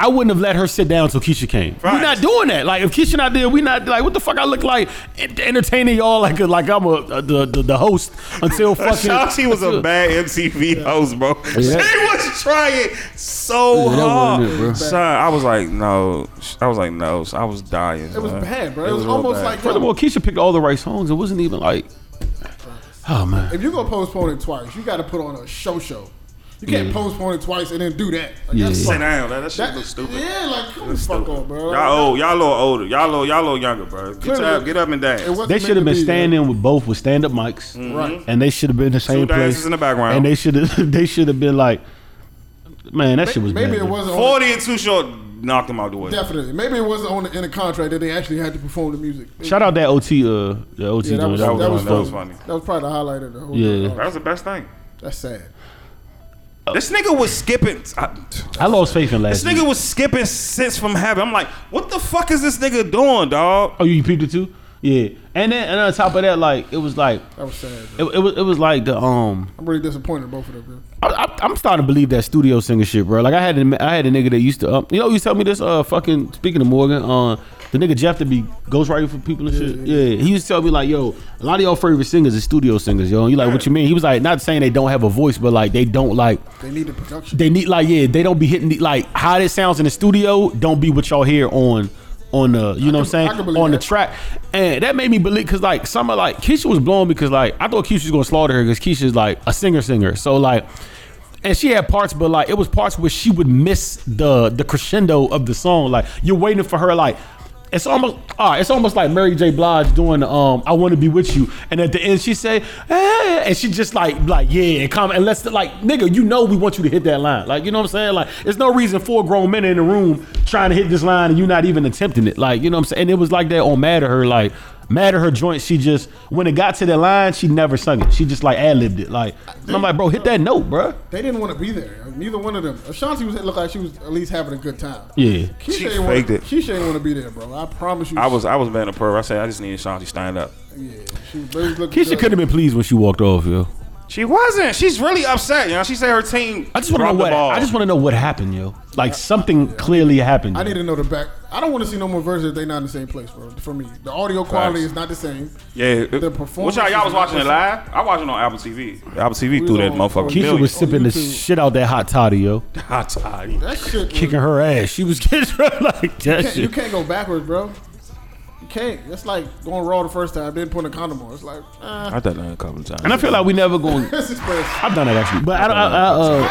I wouldn't have let her sit down until Keisha came we're Right. not doing that like if Keisha not there we not like what the fuck I look like ent- entertaining y'all like like I'm a, the, the the host *laughs* until fucking Ashanti was *laughs* a until- bad MTV host, bro. *laughs* She was trying so Yeah, that hard. wasn't it, bro. Son, I was like, no. I was like, no. I was dying. It was bad, bro. It, was, real almost bad. like First of all, Keisha picked all the right songs. It wasn't even like, oh man, if you're gonna postpone it twice, you got to put on a show show. You can't Yeah. postpone it twice and then do that. Like, Yeah. that's Sit fuck- down. That, that shit that- look stupid. Yeah, like come the fuck on, bro. Like, Y'all old. Y'all a little older. Y'all a little, y'all a little younger, bro. Get, Clearly- up, get up and dance. it wasn't They meant should to have been be, uh, Mm. standing with both with stand up mics, Right. and they should have been in the same Two dances place. in the background. and they should have *laughs* they should have been like, man, that shit was Maybe bad, it man. wasn't on- 40 and too short knocked him out the way. Definitely. Maybe it wasn't on the, in the contract that they actually had to perform the music. Shout out that OT, uh, the OT Yeah, that joint. was, That was that was, that was funny. funny. That was probably the highlight of the whole Oh, Yeah. That was the best thing. That's sad. This nigga was skipping. I, I lost faith in this last. nigga year. was skipping since from having. I'm like, what the fuck is this nigga doing, dog? Oh, you peeped it too? Yeah. And then and on top of that, like it was like That was sad. bro. it, it was it was like the um. I'm really disappointed in both of them. bro. I, I, I'm starting to believe that studio singer shit, bro. Like I had a, I had a nigga that used to um, you know you tell me this uh fucking speaking of Morgan uh the nigga Jeff to be ghostwriting for people and shit yeah, he used to tell me like yo a lot of your favorite singers is studio singers yo and you like what you mean he was like not saying they don't have a voice but like they don't like They need the production. they need like yeah they don't be hitting the, like how this sounds in the studio don't be what y'all hear on on the you know what I'm saying I can believe on that. the track and that made me believe because like some of like Keisha was blowing because like I thought Keisha was gonna slaughter her because Keisha's like a singer singer so like and she had parts but like it was parts where she would miss the the crescendo of the song like you're waiting for her like it's almost ah, it's almost like Mary J. Blige doing um I want to be with you and at the end she say eh, and she just like like yeah and come and let's like nigga you know we want you to hit that line like you know what I'm saying like there's no reason four grown men in the room trying to hit this line and you not even attempting it like you know what I'm saying and it was like that on Mad at Her like Mad at Her joint she just when it got to the line she never sung it she just like ad libbed it like and I'm like bro hit that note bruh They didn't want to be there. Neither one of them. Ashanti was looked like she was at least having a good time. yeah Keisha She ain't faked wanna, it. Keisha ain't want to be there, bro. I promise you. I was I was man a prayer. I said I just needed Shanti stand up. Yeah, she, they was looking Keisha good. could have been pleased when she walked off yo She wasn't. She's really upset. You know, she said her team. I just want to dropped know the what ball. I just want to know what happened, yo. Like something clearly happened. I need to know the back. I don't want to see no more versions. if They not in the same place, bro. For me, the audio quality is not the same. Yeah, the performance performance. Which y'all, y'all is was watching it awesome. live? I watched it on Apple TV. Apple TV threw that on- motherfucker. Keisha Keisha Billy. was on sipping the YouTube. shit out that hot toddy, yo. hot toddy. That shit. was- Kicking her ass. She was *laughs* getting like that can't- you shit. can't go backwards, bro. You can't. That's like going raw the first time, then putting a condom on. It's like, uh, I done that a couple of times. And I feel like we never going. this is best. I've done that actually, but I don't. I, I, uh,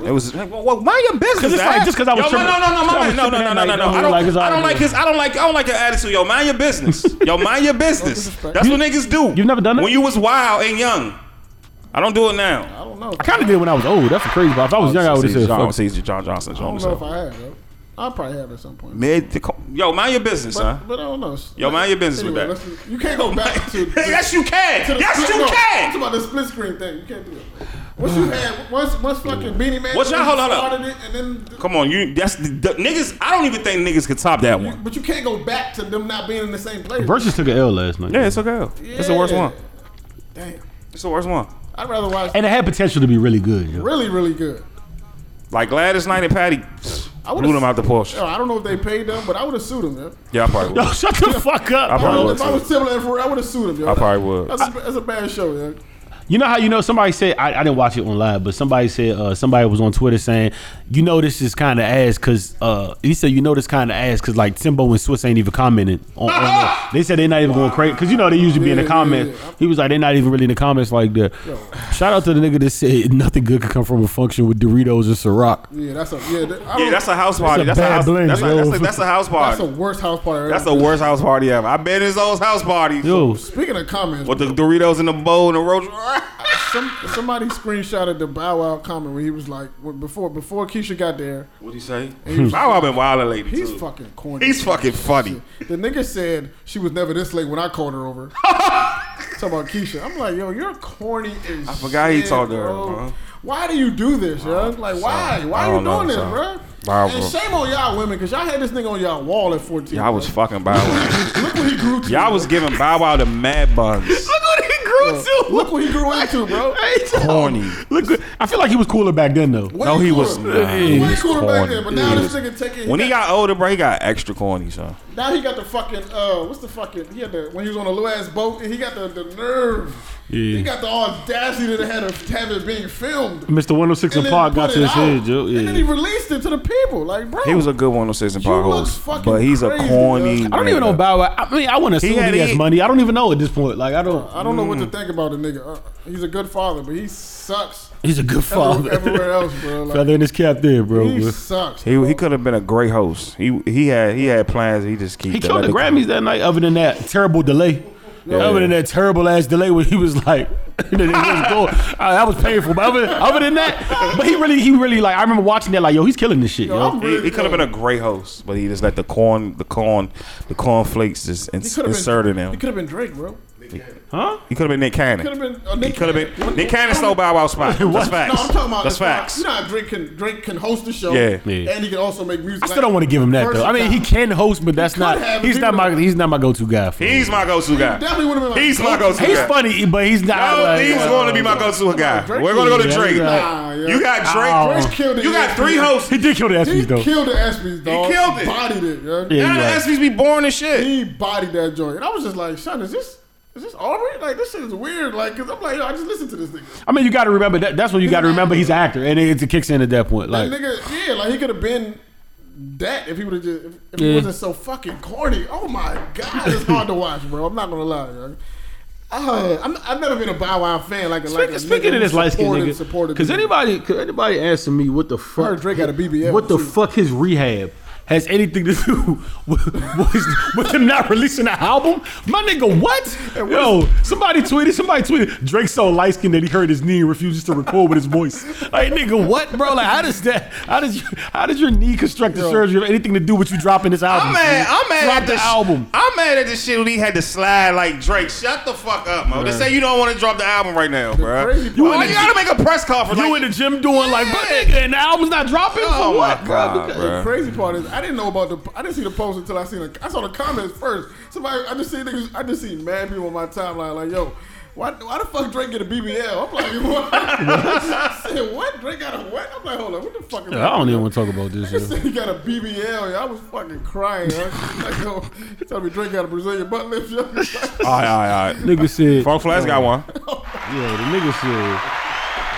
Why? It was well, well, mind your business. 'Cause it's Zach. like, just 'cause I was Yo, tripping- no, no, no, I no, was no, no, tripping no, at no, no, night, no. don't I don't, like it's all I don't good. like his. I don't like. I don't like your attitude. Yo, mind your *laughs* business. Yo, mind your business. disrespect. That's what niggas do. You've never done that? when you was wild and young. I don't do it I now. don't know. I kind of did when I was old. That's the crazy. But if I was young, I would have See Oh, said, John, fuck. see John Johnson. I John don't know if Johnson. I have, though. I probably have at some point. Mid to co- Yo, mind your business, huh? But, but I don't know. Yo, mind your business with that. let's- You can't *laughs* go back to. the- yes, you can. to the Yes, split- you no, I'm can. talking about the split screen thing. You can't do it. Once you had, once, once fucking Beanie Man. What's y'all- hold on, hold on. started it, and then, Come on, you. That's the, the niggas. I don't even think niggas could top that one. *laughs* but you can't go back to them not being in the same place. Versus took an L last night. Yeah, it's okay. It's the worst Yeah. one. Damn. It's the worst one. I'd rather watch and it had potential to be really good. Yo. really, really good. Like Gladys Knight and Patty I would've- blew them out the Porsche. Yo, I don't know if they paid them, but I would have sued them, man. Yeah, I probably *laughs* Yo, would. shut the *laughs* fuck I up. I probably don't know would. if I was too. Timberland for real, I would have sued him, yo. I probably would. That's a, that's a bad show, yo. You know how you know somebody said I, I didn't watch it on live, but somebody said uh, somebody was on Twitter saying, you know this is kind of ass because uh, he said you know this kind of ass because like Timbo and Swiss ain't even commenting on. on the, *laughs* they said they're not even going crazy because you know they usually be in Yeah, the yeah, comments. yeah. He was like they're not even really in the comments like that. Shout out to the nigga that said *laughs* nothing good could come from a function with Doritos and Ciroc. Yeah, that's a yeah. That, I Yeah, don't- that's a house party. a That's a bad house. blend, That's a, yo. that's, a, that's a house that's the party. worst house party. That's the worst house party ever. I've been in those house parties Yo, Speaking of comments, with the Doritos in the bowl and the roach. some somebody screenshotted the Bow Wow comment where he was like, when- before before Keisha got there, What'd he say? he was- Bow Wow been wilding lately he's too. fucking corny. He's fucking funny. The nigga said she was never this late when I called her *laughs* over. Talk about Keisha. I'm like, yo, you're corny as I forgot he talked to her, bro. Why do you do this, yo? Like, why? Why are I you don't know, doing this, son. bro? Wow, and bro. shame on y'all women, cause y'all had this nigga on y'all wall at 14. Y'all was fucking Bow Wow. bro. look what he grew to. Y'all was giving Bow Wow the mad buns. bro. look what he grew into, bro. Corny. look, good. I feel like he was cooler back then though. Way No, he cooler. was not. Way He was cooler back corny. then, but now He this was- nigga taking. When he got older, bro, he got extra corny, son. Now he got the fucking uh, what's the fucking? He had the when he was on a little ass boat, and he got the, the nerve. Yeah. He got the audacity that had of have it being filmed. And Mr. 106 and then put Park oh got it to his out. head, yo. And then he Yeah. released it to the people, like bro. He was a good 106 and You pop look host, fucking but he's crazy, a corny. dude. I don't even know nigga. Bow Wow. I mean, I wouldn't assume had he has it. money. I don't even know at this point. Like, I don't. Mm. I don't know what to think about the nigga. Uh, he's a good father, but he sucks He's a good Everywhere, father. everywhere else, *laughs* bro. Like, *laughs* Feather in his cap there, bro. he bro. sucks. He, he could have been a great host. He he had he had plans. He just keep He that killed the other- Grammys that night. Other than that terrible delay, other than that terrible ass delay where he was like, *laughs* that he was going- uh, that was painful. But other, other than that, but he really, he really like. I remember watching that like, yo, he's killing this shit, yo. I'm He, really could have been a great host, but he just let the corn, the corn, the corn flakes just He ins- coulda been- inserted He him. could have been Drake, bro. He could have been Nick Cannon. Coulda been- uh, He Nick- could have what- been. Nick Cannon stole Bow Wow spot. That's No, facts. I'm talking about That's as far- facts. You know how Drake can Drake can host the show, Yeah. Yeah. and he can also make music. I still don't want to give him that though. I mean, he can host, but that's could not. have, He's he not my. would've- He's not my go-to guy. For He's my go-to guy. Definitely would have been like, He's my go-to He's guy. funny, but he's not. No, like, he's uh, going to Oh, be my go-to guy. Drake- We're going to go to Yeah, Drake. he's not- Nah, yeah. You got Ow. Drake. Drake killed it. You got three hosts. He did kill *laughs* the He ESPYS though. killed the ESPYS, dog. killed it. Bodied it. yo. Yeah, Now you're the right. ESPYS be born and shit. He bodied that joint, and I was just like, "Son, is this is this Aubrey? Like, this shit is weird. Like, cause I'm like, yo, I just listened to this nigga. I mean, you got to remember that. That's when you got to remember he's an actor, and it, it kicks in at that point. That Like, nigga, yeah, like he could have been that if he would have just if, if he Yeah. wasn't so fucking corny. Oh my god, it's hard to watch, bro. I'm not gonna lie, yo. Uh, I'm, I've never been a Bow Wow fan. Like, a, like Speaking, a speaking nigga of this who light skin supported- nigga, supported because the- anybody, could anybody asking me what the fuck heard Drake got a BBL, What the too. fuck his rehab has anything to do *laughs* with, with- with him not releasing an album? My nigga, what? Yo, somebody tweeted, somebody tweeted, Drake so light skinned that he hurt his knee and refuses to record with his voice. Like nigga, what, bro? Like how does that? How does you, how does your knee constructive surgery have anything to do with you dropping this album? I'm mad. son? I'm mad Drop at the this album. I'm mad at this shit when he had to slide like Drake. Shut the fuck up, Mo. Just say you don't want to drop the album right now, bro. crazy you, part- gotta make a press conference. You like, in the gym doing like, but nigga, and the album's not dropping Oh my for what, God, bro? Because- bro. The crazy part is I didn't know about the I didn't see the post until I seen the, I saw the comments first. Somebody I just seen niggas I just seen mad people on my timeline like yo. Why, why the fuck Drake get a BBL? I'm like, *laughs* what? I said, what? Drake got a what? I'm like, hold on, what the fuck is I don't even want to talk about this. I Yo. said he got a BBL. Yo. I was fucking crying. Yo. *laughs* Like, yo, tell me Drake got a Brazilian butt lift. Yo. *laughs* all right, all right, all right. Nigga said, Funk Flash got one. yeah, the nigga said,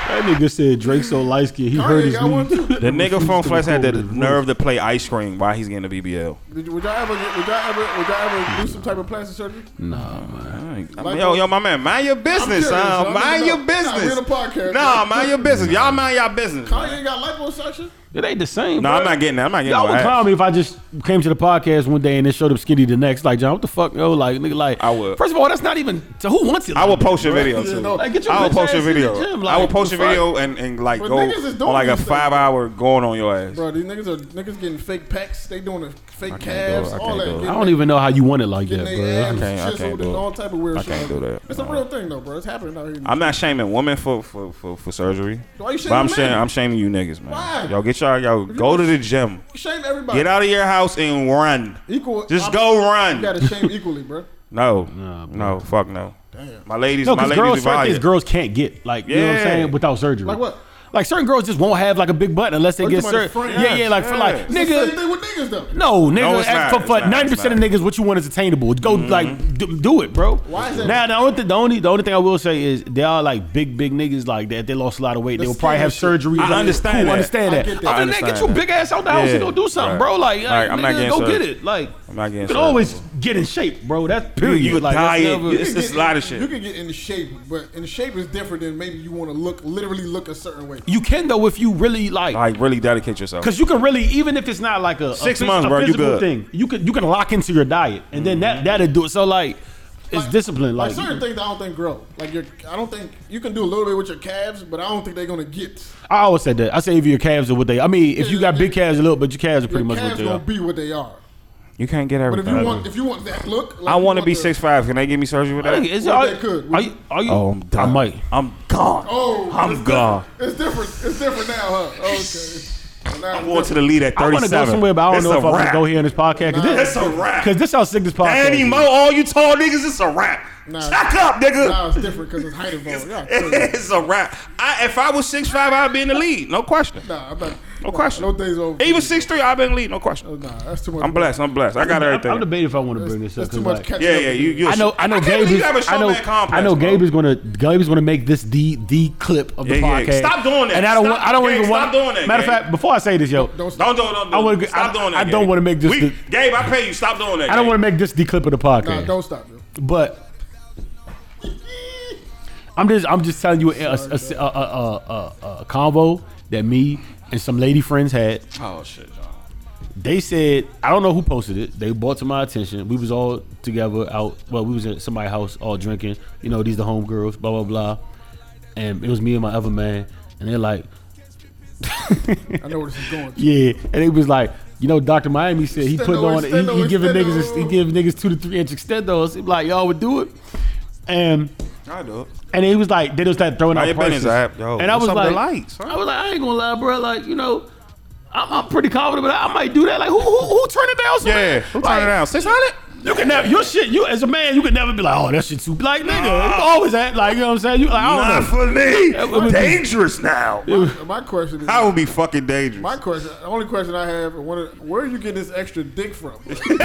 that nigga said Drake so light skinned, he hurt Kanye his got one knee. too. The nigga Funk Flash had the record his nerve to play ice cream while he's getting a BBL. Did, would y'all ever, get- would y'all ever, would y'all ever do some type of plastic surgery? I mean, Like- yo, yo, my man, mind your business, serious, huh? I'm Mind not- your nah, business. we're the podcast, Nah, man. mind your business. Y'all mind y'all business. Kanye got liposuction. *laughs* It ain't the same. No, bro. I'm not getting that. I'm not getting Y'all no would clown ass. me if I just came to the podcast one day and then showed up skinny the next. Like, John, what the fuck, yo? Like, nigga, like, I would. First of all, that's not even. So who wants it? I will post your video Yeah, too. no. Like, get your I will bitch post your ass in the video. gym, I will like, post the your fuck? video and, and like But go niggas is doing on like a these things. five hour going on your ass. Bro, these niggas are niggas getting fake pecs. They doing the fake can't do calves, it. I all can't that. do it. Getting I don't even know how you want it like that, they bro. abs can't- I can't chiseled do and it. all type of weird I shit. can't do that. It's a real thing though, bro. It's happening out here. I'm not shaming women for for, for, for surgery. Why you shaming but I'm men? shaming I'm shaming you niggas, man. Why? Y'all get y'all y'all go to the gym. shame everybody. Get out of your house and run. Equal. Just I'm- go You run. gotta shame equally, bro. No, no, fuck no. Damn. My ladies, No, my because ladies, girls, is certain value. things girls can't get. Like, you know what I'm Yeah. saying? Without surgery. Like what? Like, certain girls just won't have like a big butt unless they Oh, you get talking about surgery. the front Yeah, ass. yeah, like for like, It's the same nigga. thing with niggas though. No, nigga. it's not. ask for- It's For not. Mm-hmm. ninety percent of It's niggas, what you want is attainable. Go like do, do it, bro. Why is that? Now the only, thi- the only the only thing I will say is they are like big big niggas like that. They lost a lot of weight. The they will probably have skin and shit. surgery. I Like, understand cool, that. Understand I that. get that. Other I than that, get your understand big ass out the house Yeah. and go do something, Right. bro. Like, Right, I'm nigga, not getting go surgery. get it. Like, I'm not getting you can surgery. always get in shape, bro. That's period. you could like, that's diet. never- It's You just can a lot of get- shit. You can get in shape, but in shape is different than maybe you want to look, literally look a certain way. You can though if you really like. Like really dedicate yourself. Cause you can really, even if it's not like a a Six phys- months, a bro, you physical good. Mm-hmm. thing, you can you can lock into your diet, and then that that'll do it. So like, it's discipline. Like, Like, certain things, I don't think grow. Like your, I don't think you can do a little bit with your calves, but I don't think they're gonna get. I always said that. I say if your calves are what they. I mean, if you got big calves a little, but your calves Your are pretty much what calves they gonna are. be what they are. You can't get But if everything. you want, if you want that look, like I you want to be the- six five. Can they give me surgery with I that? think it's What all. they could. Are you? Are you? Oh, I'm done. I might. I'm gone. Oh, it's I'm different. gone. It's different. It's different now, huh? Okay. Now *laughs* I'm it's going to the lead at I thirty want to go seven. somewhere, but I don't know if I'm gonna go here. here in this podcast. Cause It's this, a wrap. cause this how sick this podcast. Danny is. Mo, all you tall niggas, it's a wrap. Nah. Suck up, different. nigga. *laughs* Now it's different because it's height involved. Yeah, crazy. it's a wrap. I, if I was six five, I'd be in the lead. No question. nah, I'm not. No nah, question. No days over. Even six three, I'd be in the lead. No question. Nah, that's too much. I'm blessed. I'm blessed. I got I'm, I'm everything. debating if I want to bring this That's up. too 'cause, much like, catching Yeah, up yeah. with You, you. I know, I know, I can't Gabe believe is, you have a I know, showman complex. I know, bro. Gabe is gonna, Gabe is gonna make this the the clip of the Yeah, yeah. podcast. Stop doing that. And I don't, Stop, want, I don't Gabe, even stop want. doing that, Matter of Gabe. fact, before I say this, yo, Don't stop. Don't do it. Don't do I it. wanna- Stop I- doing that. I don't Gabe. wanna make this We- the- Gabe, I pay you. Stop doing that. I don't Gabe. want to make this the clip of the Nah, podcast, don't stop. Yo. but I'm just I'm just telling you a, a, a, a, a, a, a convo that me and some lady friends had. Oh shit, John. They said I don't know who posted it. They brought to my attention. We was all together out. Well, we was at somebody's house all drinking. You know these the homegirls. Blah blah blah. And it was me and my other man. And they're like, I know where this is *laughs* going. To. Yeah, and it was like, you know, Doctor Miami said he Extendo, put on, he, extendo, he giving niggas, extendo. he giving niggas two to three inch extendos. He like, y'all would do it, and I do. it. and he was like, they just started throwing Mind out your business, prices, app, yo. and I What's was up with like, the lights, huh? I was like, I ain't gonna lie, bro, like you know. I'm, I'm pretty confident, but I might do that. Like, who who, who turned it down? so Yeah, bad? who turned it down? Six hundred? You can never your shit. You as a man, you can never be like, oh, that shit too. Like, nigga, you always act like you know what I'm saying. You like, I Not don't know. for would me. be- Dangerous now. My question is. I would be fucking my dangerous. question, the only question I have, one of- where are you getting this extra dick from?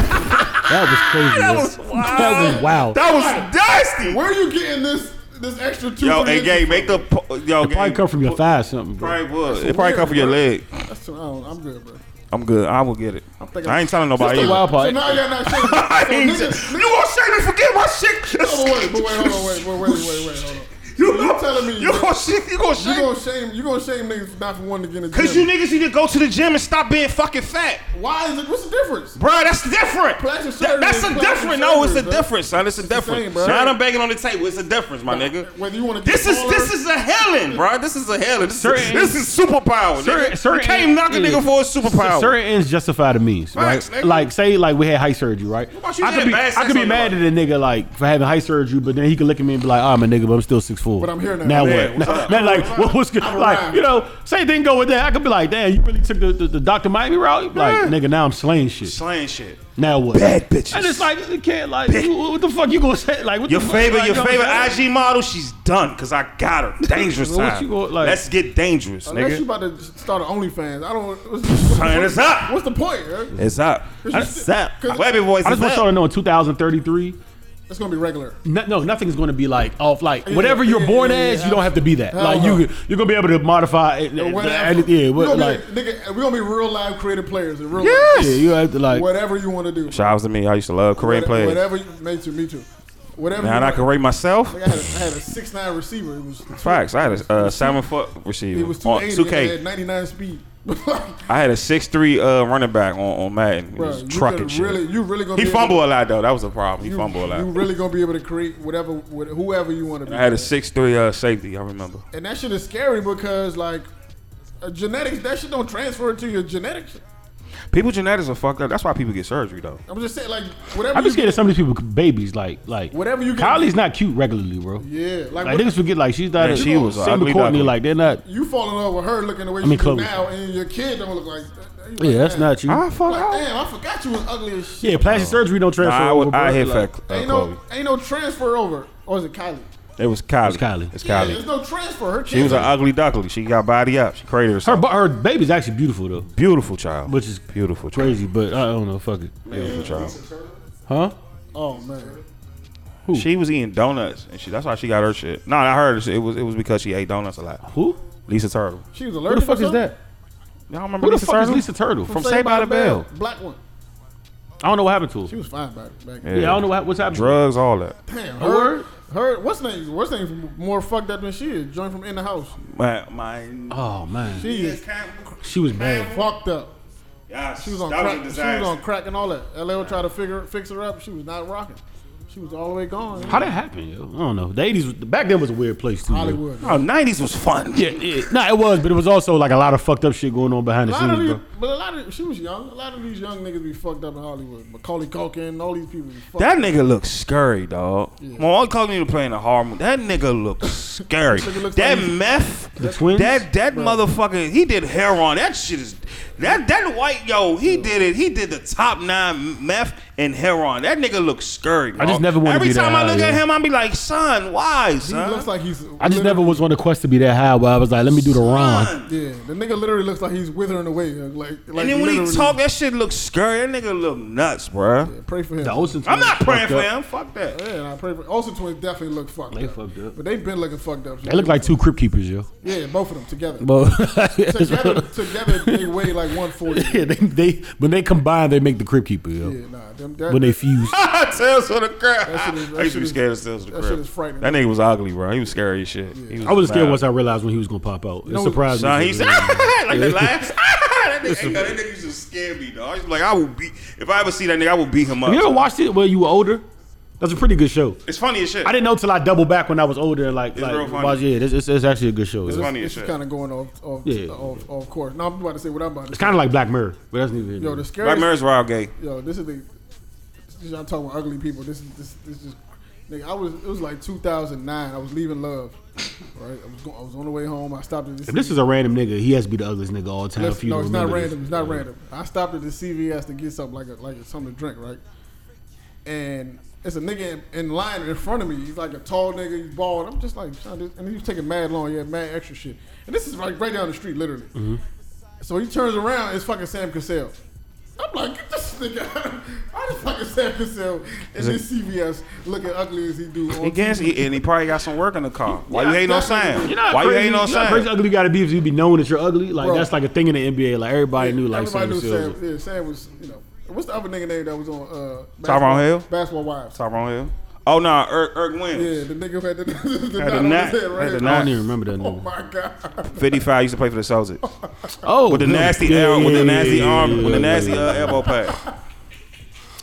That was crazy. *laughs* That yo. was wild. That was wild. That was dusty. Where are you getting this this extra two? Yo, three hey, inches gang, from? make the po- yo. It probably gang, come from your put- thigh, or something. Bro. Probably would. It probably come from your leg. That's, I don't, I'm good, bro. I'm good. I will get it. thinking- I ain't telling nobody. That's either. the wild So part. now you're not *laughs* shaking. I So ain't niggas, you gonna shame me for getting my shit? Oh, but wait, but wait, hold on, wait, wait, wait, wait, wait, hold on. you, you telling me you that- gonna shame? You gonna You shame? gonna shame? You gonna shame niggas for not for wanting to get in the Cause you niggas need to go to the gym and stop being fucking fat, Why is it? What's the difference? bro. That's different. Plastic surgery That- that's is a plastic difference. No, it's a surgery, bro. difference, son. It's a same, difference. bro. Now I'm banging on the table. It's a difference, my nigga. Whether you want to This is this is a healing, bro. This is a healing. This, is, Certain- this is superpower. certain- nigga. certain- you can't knock a yeah. nigga for a superpower. C- Certain ends justify the means, right? Facts, nigga. Like say like we had high surgery, right? about you I had could be bad I sex could be on mad your at a nigga like for having high surgery, but then he could look at me and be like, oh, I'm a nigga, but I'm still six four. But I'm here now. Now Yeah, what? what's Now, up? *laughs* now, like I'm what, what's good? around. Like you know, same thing go with that. I could be like, damn, you really took the the, the Dr. Miami route. Like nigga, now I'm slaying shit. slaying shit. Now what? Bad bitches. And it's like you can't like you- what the fuck you gonna say? Like what Your the fuck? favorite, Like, your you know what favorite I'm saying? IG model, she's done because I got *laughs* her. Dangerous What time. you gonna, like- Let's get dangerous, Unless you nigga. about to start an OnlyFans, I don't. What's, what's, Turn this up. what's the point? Right? It's up. It's up. Webby boys, I it's just want up. y'all to know in 2033. It's gonna be regular. No, no, nothing's going to be like off. Like whatever you're born yeah, as, yeah, you don't have to be that. hell Like no. you, you're gonna be able to modify. It, it, Whatever. it- yeah, what, we gonna like be, nigga, we gonna be real live creative players in real yeah, life. you have to like. Whatever you want to do. Shout out to me. I used to love Korean Whatever, players. whatever you, me too, me too. Whatever. Now you that I want. can rate myself. Like, I had a, I had a six nine receiver. It was Facts. I had a uh, seven foot receiver. He was on 280 and had 2K. 99 speed. *laughs* I had a six three uh, running back on, on Madden. He Bro, was you trucking could shit. really, you really gonna he be fumbled a lot though. That was a problem. He Able, fumbled a lot. you, you really gonna be able to create whatever, with whoever you want to be. I had a six three uh, safety. I remember. and that shit is scary because like uh, genetics, that shit don't transfer to your genetics. People genetics are fucked up. That's why people get surgery though. I'm just saying, like whatever. I'm just you scared of some of these people, babies. Like, like Whatever you get- Kylie's not cute regularly, bro. Yeah, like, Like what- niggas forget, like she's not. Man, a- she was a same ugly with Courtney. duckling. Like they're not. you fall in love with her looking the way mean, she Chloe. do now, and your kid don't look like. that. You like, Yeah, that's damn. not you. I fuck. Like, I, damn, I forgot you was ugly as shit. yeah, plastic surgery don't transfer. Oh. I, over, would, bro. I hit Like, fat uh, Ain't no, Chloe. ain't no transfer over. Or is it Kylie? It was Kylie. It's Kylie. It's Yeah, Kylie. there's no transfer. Her she was an kids- ugly duckling. She got body up. She created Her, herself. bu- her baby's actually beautiful though, beautiful child. which is beautiful child. crazy. But I don't know. Fuck it. Beautiful child. Huh? Oh man. She was eating donuts, and she, that's why she got her shit. No, I heard it was it was because she ate donuts a lot. Who? Lisa Turtle. She was Who allergic. the fuck or is something? that? Y'all remember Who the Lisa fuck Turtle? is Lisa Turtle from? Saved by the Bell. Black one. I don't know what happened to She her. was fine back back. Yeah, then. I don't know what, what's happened. to her. Drugs, all that. Damn, A her, word? her, what's name? What's name? More fucked up than she is. Joined from in the house. My, my Oh man, She is she was bad. fucked up. yeah, She was on crack. She was on crack and all that. LL tried to figure fix her up. She was not rocking. She was all the way gone. How that happen, yo? I don't know. The eighties back then was a weird place too. yo. Hollywood. Oh, 90s was fun. Yeah, yeah. Nah, it was, but it was also like a lot of fucked up shit going on behind A the lot of scenes, these, bro. but a lot of she was young. A lot of these young niggas be fucked up in Hollywood. Macaulay Culkin, all these people. Be fucked That up. nigga looks scary, dog. Well, all calling you to play in a horror movie. That nigga looks scary. Nigga looks that like he's- meth, The twins? that that motherfucker, he did heroin. That shit is that that white yo. He did it. He did the top nine meth and heroin. That nigga looks scary. Dog. just never wanted to Every be that time I high, look at yeah. him, I be like, son, why, He son? looks like he's. I just never was on a quest to be that high. Where I was like, let me do the Ron. Son. Yeah, the nigga literally looks like he's withering away. Like, like and then when literally. he talk, that shit looks scary. That nigga look nuts, bruh. pray for him. The Olsen I'm twins not praying fucked for up. him. Fuck that. Yeah, and I pray for. Olsen twins definitely look fucked They up. fucked up. But they've been looking fucked up. They look like two crib keepers, yo. Yeah, both of them together. *laughs* *laughs* But together, together they weigh like one forty. *laughs* yeah, they, they when they combine, they make the crib keeper, yo. Yeah, nah, they them- that- when they fuse. *laughs* Tales from the crowd. That shit is- that I used to shit be is- scared of Tales from the that crowd. shit is frightening. That nigga was ugly, bro. He was scary as shit. He I was scared loud. once I realized when he was gonna pop out. It know, surprised Son, me. he's *laughs* like the *laughs* last. that nigga, hey, yo, that nigga used to scare me, dog. I used to be like, I will beat. If I ever see that nigga, I will beat *laughs* him up. you ever watched it when you were older? That's a pretty good show. It's funny as shit. I didn't know till I doubled back when I was older. and Like, like real funny. watch- yeah, it's, it's, it's actually a good show. It's, It's funny as This is shit. kind of going off, off, Yeah. off, off course. No, I'm about to say what I'm about to say. kind of like Black Mirror, but that's neither here. Yo, nor the there. scariest. Black Mirror's wild gay. Yo, this is the. Since y'all talking about ugly people, this is this this is. Nigga, I was it was like 2009. I was leaving love, right? I was going, I was on the way home. I stopped at this. If this is a random nigga, he has to be the ugliest nigga all time. Let's- if you no, don't it's not remember this. random. It's not random. I stopped at the CVS to get something like a, like something to drink, right? And it's a nigga in, in line in front of me. He's like a tall nigga. He's bald. I'm just like, son, this, and he was taking mad long. He had mad extra shit. And this is like right down the street, literally. So he turns around. It's fucking Sam Cassell. I'm like, get this nigga out of How the fuck is Sam Cassell in this CVS looking ugly as he do? He On guess, he, and he probably got some work in the car. Why you hating on Sam? You're not Why you crazy. hating on You're not crazy Sam? ugly got to be if you be known that you're ugly. Like Bro. that's like a thing in the NBA. Like everybody knew, like Everybody knew Sam Silver. Sam. Yeah, Sam was, you know. What's the other nigga name that was on uh, Tyrone Hill? Basketball Wives. Tyrone Hill. Oh no, nah, Irk, Irk Williams. Yeah, the nigga who had the, *laughs* the Had a knot on knot. his head right Had a here. I knot. don't even remember that Oh name. my god. 55 used to play for the Celtics. Oh, With the him. nasty Yeah, arm, with yeah, the nasty yeah, arm, yeah, with the yeah, nasty yeah. uh, elbow pad.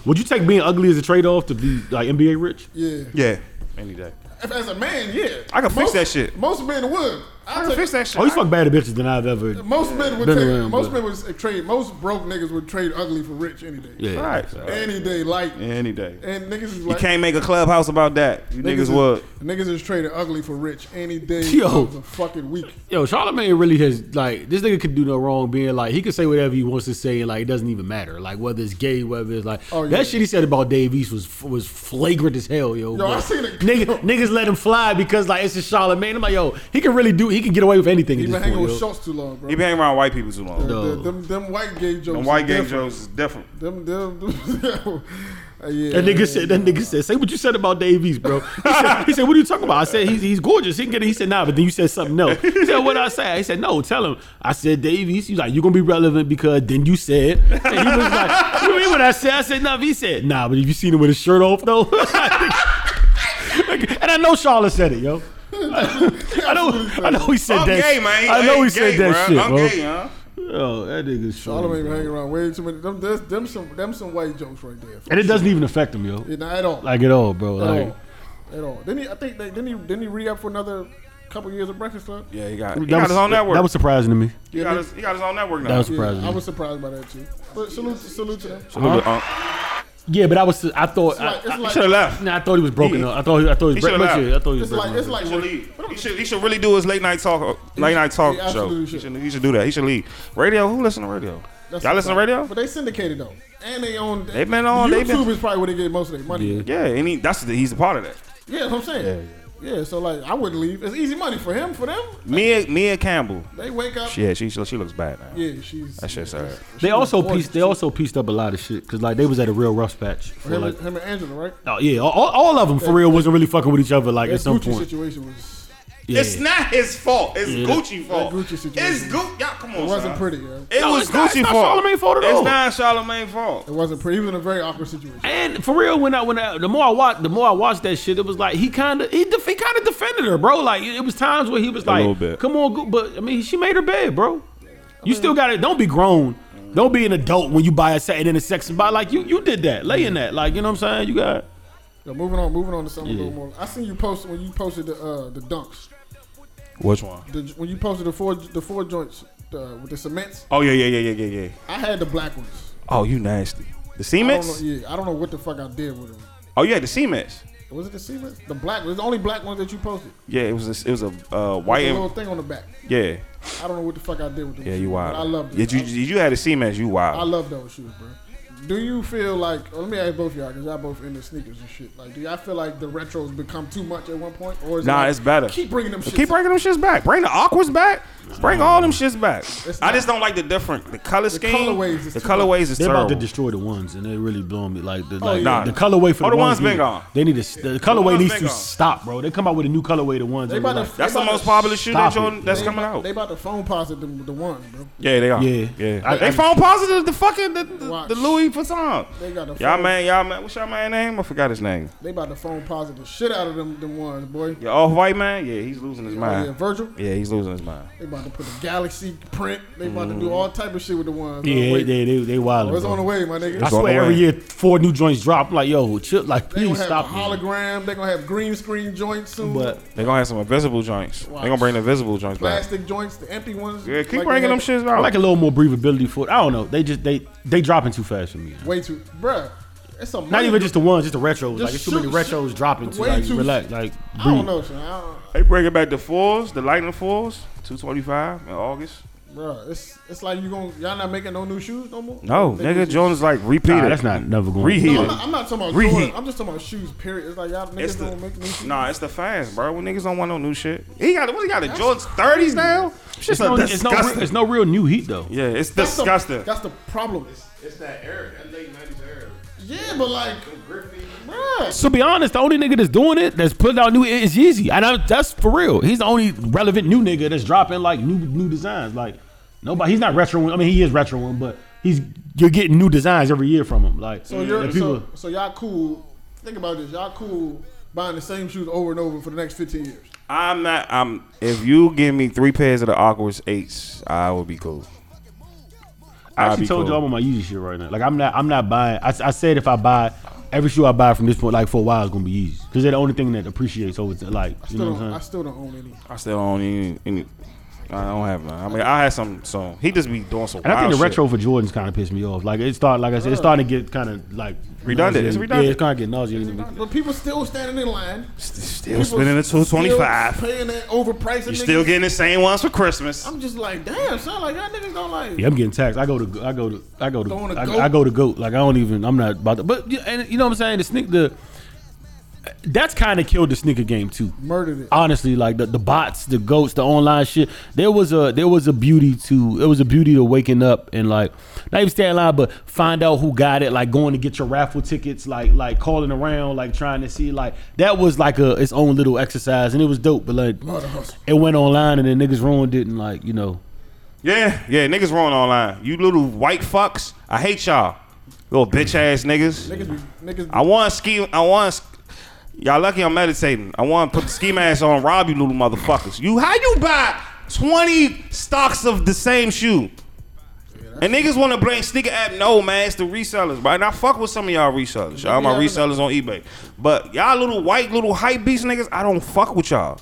Would you take being ugly as a trade off to be like NBA rich? Yeah. Yeah. Any day. If, as a man, yeah. I can fix Most- that shit. Most men would. I, I can fix that shit. Oh, you fuck better bitches than I've ever. Most men would Been take. around, most but- men would trade. Most broke niggas would trade ugly for rich any day. Yeah. Right. Any day, like Any day. and niggas is You like. can't make a clubhouse about that. You niggas, is, would. Niggas is trading ugly for rich any day Yo. of the fucking week. Yo, Charlamagne really has like this nigga could do no wrong. Being like he could say whatever he wants to say, and like it doesn't even matter. Like whether it's gay, whether it's like Oh, yeah. that shit he said about Dave East was was flagrant as hell, yo. Yo, I but seen it. *laughs* Nigga, niggas let him fly because like it's just Charlamagne. I'm like, yo, he can really do. He can get away with anything. He at been this hanging point, with yo. Schultz too long, bro. You been hanging around white people too long. The- No. them, them white gay jokes. And is white game different. shows is different. Them, them, *laughs* Uh, yeah. That nigga said. That nigga said. Say what you said about Davies, bro. He said, he said, "What are you talking about?" I said, "He's he's gorgeous. He can get it." He said, "Nah," but then you said something else. He said, "What I said?" He said, "No, tell him." I said, "Davies." He's like, "You're gonna be relevant because then you said." And he was like, "You mean what I said?" I said, "No." He said, "Nah," but have you seen him with his shirt off though? *laughs* and I know Charlotte said it, yo. I know. I know he said I'm that. gay, man. I know Hey, he said gay, that bruh. shit, I'm bro. gay, huh? Yo, that Charlamagne nigga's short. been hanging around way too many. Them, that's, them some, them some white jokes right there. And it doesn't even affect him, yo. Yeah, not at all. Like at all, bro. at Like. all. At all. Then he, I think, they, didn't he, didn't he re up for another couple years of Breakfast Club? Yeah, he got, he That got was- his own network. That was surprising to me. he, got his, he got his own network now. That was Yeah, surprising. I was surprised by that too. But salute, salute to them. It's Salute to Unc. yeah, but I was. I thought. I, like, it's Uh-huh. He like, should have left. nah, I thought he was broken up. I thought. He, I thought he was. He should've breaking up. left. I thought he it's was. like, breaking it's up. like He should when- leave. He should, he should really do his late night talk, uh, late night talk he show. absolutely He should. should, he should do that. He should leave. Radio? Who listen to radio? that's Y'all the listen to problem. radio? But they syndicated though, and they own. They been on- they YouTube been- is probably where they get most of their money. Yeah, Yeah, and he, that's the, he's a part of that. that's what I'm saying. Yeah, so like, I wouldn't leave. It's easy money for him, for them. Mia Mia Campbell. They wake up. Yeah, she she looks bad now. Yeah, she's. That shit's sad. They she also was gorgeous, pieced. They too. also pieced up a lot of shit because like they was at a real rough patch. For, Him, like, him and Angela, right? oh, yeah, all, all of them for real wasn't really fucking with each other. Like That at some Gucci point. situation was Yeah. It's not his fault. It's Gucci fault. Gucci situation. it's Gucci. Y'all come on. it wasn't son. pretty. Yo. It No, was it's not- Gucci it's not fault. Charlamagne fault at all. It's not Charlemagne fault. It wasn't pretty. He was in a very awkward situation. And for real, when I when I, the more I watched, the more I watched that shit, it was like he kind of he, def- he kind of defended her, bro. Like it was times where he was like, little bit. "Come on, go. but I mean, she made her bed, bro. You still got it. Don't be grown. Don't be an adult when you buy a set and in a sex and buy like you you did that, lay in that, like you know what I'm saying. You got Yo, moving on, moving on to something a little more. I seen you post when you posted the uh, the dunks. Which one? The, when you posted the four the four joints uh, with the cements, Oh yeah yeah yeah yeah yeah yeah. I had the black ones. Oh you nasty. The I don't know, Siemens? yeah, I don't know what the fuck I did with them. Oh yeah, the Siemens. Was it the cements? The black ones. The only black ones that you posted. Yeah, it was a, it was a uh, white The and little thing on the back. yeah I don't know what the fuck I did with them. yeah you shoes, wild. but I love Yeah, them. you, you you had a Siemens. You I, I wild. love those shoes, bro. Do you feel like? oh, Let me ask both of y'all because y'all both into sneakers and shit. Like, do y'all feel like the retros become too much at one point, or is it Nah, like, it's better. Keep bringing them. Shits Keep bringing them shits back. Bring the aquas back. Bring all them shits back. It's I not- just don't like the different the color scheme. colorways is the too- colorways is they about to terrible. destroy the ones, and they really blowing me like the like yeah. the colorway for Oh, the the, ones been need- gone. They need to the colorway ones needs been to gone. stop, bro. They come out with a new colorway the ones. They and about we're to- like, That's the They about most to popular shoe stop that you it. that's They coming about- out. They about to phone posit them with the ones, bro. yeah, they are. Yeah. yeah. I- they I- phone positive the fucking the, the, Watch. the Louis for time. They got the Y'all phone- man, y'all man, what's y'all man name? I forgot his name. They about to phone positive the shit out of them them ones, boy. Your off white man? Yeah, he's losing his Oh, yeah, mind. Virgil. Yeah, he's losing his mind. They about to put a galaxy print. They about Mm. to do all type of shit with the ones. Yeah, Oh, they wait. they they, they wild. Oh, it's on the way, my nigga. I on the swear, every way. year four new joints drop. I'm like, yo, chill, like, They gonna please have stop. a me. hologram. They gonna have green screen joints soon. But They're gonna have some invisible joints. They're gonna bring the visible joints back. plastic joints, the empty ones. Yeah, keep like they bringing them had- shits I out. like a little more breathability for it. I don't know. They just they they dropping too fast for me. Way too, bruh. It's a Not even just the ones, just the retros. Just like it's too many shoot- retros dropping. To way like too- relax, like breathe. I don't know, son. I They bringing back the fours, the lightning fours, two twenty five in August. don't, bruh, it's it's like you gonna y'all not making no new shoes no more. No, They nigga, just- Jones like repeated. Nah, that's not never going. Reheat. No, I'm not, I'm not talking about Reheat. Jordan. I'm just talking about shoes. Period. It's like y'all niggas It's don't make new the shoes. nah, it's the fans, bro. When niggas don't want no new shit. He got what he got the Jordan's thirties now. Shit's It's no, it's, no, disgusting. real- it's no real new heat though. yeah, it's That's the- disgusting. That's the problem. It's that era, that late nineties era. Yeah, but like, Griffey, bruh, To be honest, the only nigga that's doing it, that's putting out new, is Yeezy, and I, that's for real. He's the only relevant new nigga that's dropping like new new designs. Like nobody, he's not retro. I mean, he is retro, but he's you're getting new designs every year from him. Like so you're and Mm, people, so, so y'all cool. Think about this. Y'all cool buying the same shoes over and over for the next 15 years. I'm not. I'm. If you give me three pairs of the awkward eights, I would be cool. I I'd actually be told cool. you I'm on my Yeezy shit right now. Like I'm not, I'm not buying. I, I said if I buy every shoe I buy from this point, like for a while, it's gonna be Yeezy because they're the only thing that appreciates over. To, like you know Still what don't, I I'm saying? still don't own any. I still don't any. any I don't have none. I mean, I had some. So he just be doing some. And I wild think the shit. retro for Jordans kind of pissed me off. Like it started, like I said, it's starting to get kind of like Redundant. It's nauseating. redundant. Yeah, it's kind of getting nauseating. But people still standing in line. still People spending the two twenty still five. Paying that overpriced. You still getting the same ones for Christmas. I'm just like, damn, son. Like y'all niggas don't like. Yeah, I'm getting taxed. I go to, I go to, I go to, Going to I, goat? I go to goat. Like I don't even, I'm not about to. But yeah, and you know what I'm saying? The sneak, the that's kind of killed the sneaker game too. Murdered it. honestly like the, the bots the goats the online shit there was a there was a beauty to it was a beauty to waking up and like not even stay in line but find out who got it like going to get your raffle tickets like like calling around like trying to see like that was like a its own little exercise and it was dope but like Murder hustle. it went online and then niggas ruined it and like you know Yeah, yeah. Niggas wrong online. You little white fucks. I hate y'all. Little bitch ass niggas. Niggas be niggas. I want ski. I want. Y'all lucky I'm meditating. I want to put the ski mask on, rob you little motherfuckers. You how you buy twenty stocks of the same shoe? And niggas want to blame sneaker app. No man, it's the resellers, bro. And I fuck with some of y'all resellers. Y'all my resellers on eBay. But y'all little white little hype beast niggas, I don't fuck with y'all.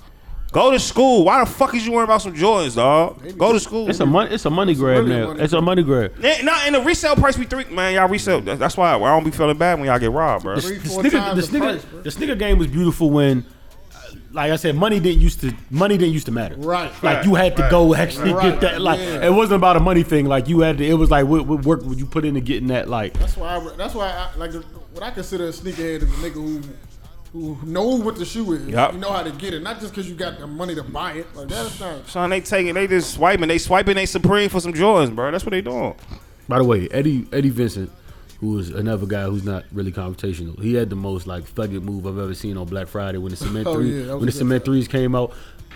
Go to school. Why the fuck is you worrying about some Jordans, dog? Go to school. it's a money it's a money grab really a now money it's a money grab Yeah, nah, and the resale price we three man, y'all resell. that- That's why I don't be feeling bad when y'all get robbed, bro. Three, the four sneaker, times the, the sneaker, price, bro. the sneaker game was beautiful when, uh, like I said, money didn't used to money didn't used to matter. Right. Like you had to go actually Right. get that. Like Yeah. it wasn't about a money thing. Like you had to. It was like what, what work would you put into getting that? Like That's why. I, that's why. I, like what I consider a sneakerhead is a nigga who who knows what the shoe is. Yup. You know how to get it, not just because you got the money to buy it. Like that's not. Son, they taking, they just swiping, they swiping, they supreme for some Jordans, bro. That's what they doing. by the way, Eddie Eddie Vincent, who is another guy who's not really confrontational. He had the most like thugged move I've ever seen on Black Friday *laughs* when the cement Oh, three yeah, that was when a the good cement threes came out.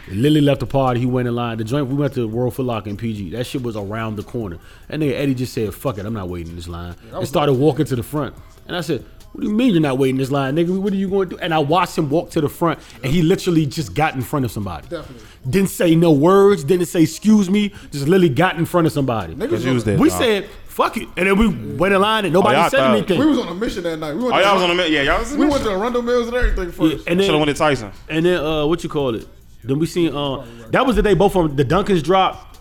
Lily left the party. He went in line. The joint we went to World Foot Locker in PG. That shit was around the corner. And then Eddie just said, "Fuck it, I'm not waiting this line." and was started walking to the front. And I said, "What do you mean you're not waiting this line, nigga? What are you going to do?" And I watched him walk to the front, and he literally just got in front of somebody. Definitely. Didn't say no words. Didn't say excuse me. Just literally got in front of somebody. Niggas you was there. We dog. said, fuck it. And then we went in line and nobody Oh, y'all said thought- *laughs* anything. We was on a mission that night. We went Oh, to, y'all was on the mid, yeah, y'all was. *laughs* We went to Arundel Mills and everything Yeah, first. and Should have went then, to Tyson. and then uh, what you call it? Then we seen uh, that was the day both of them, the Dunkins dropped,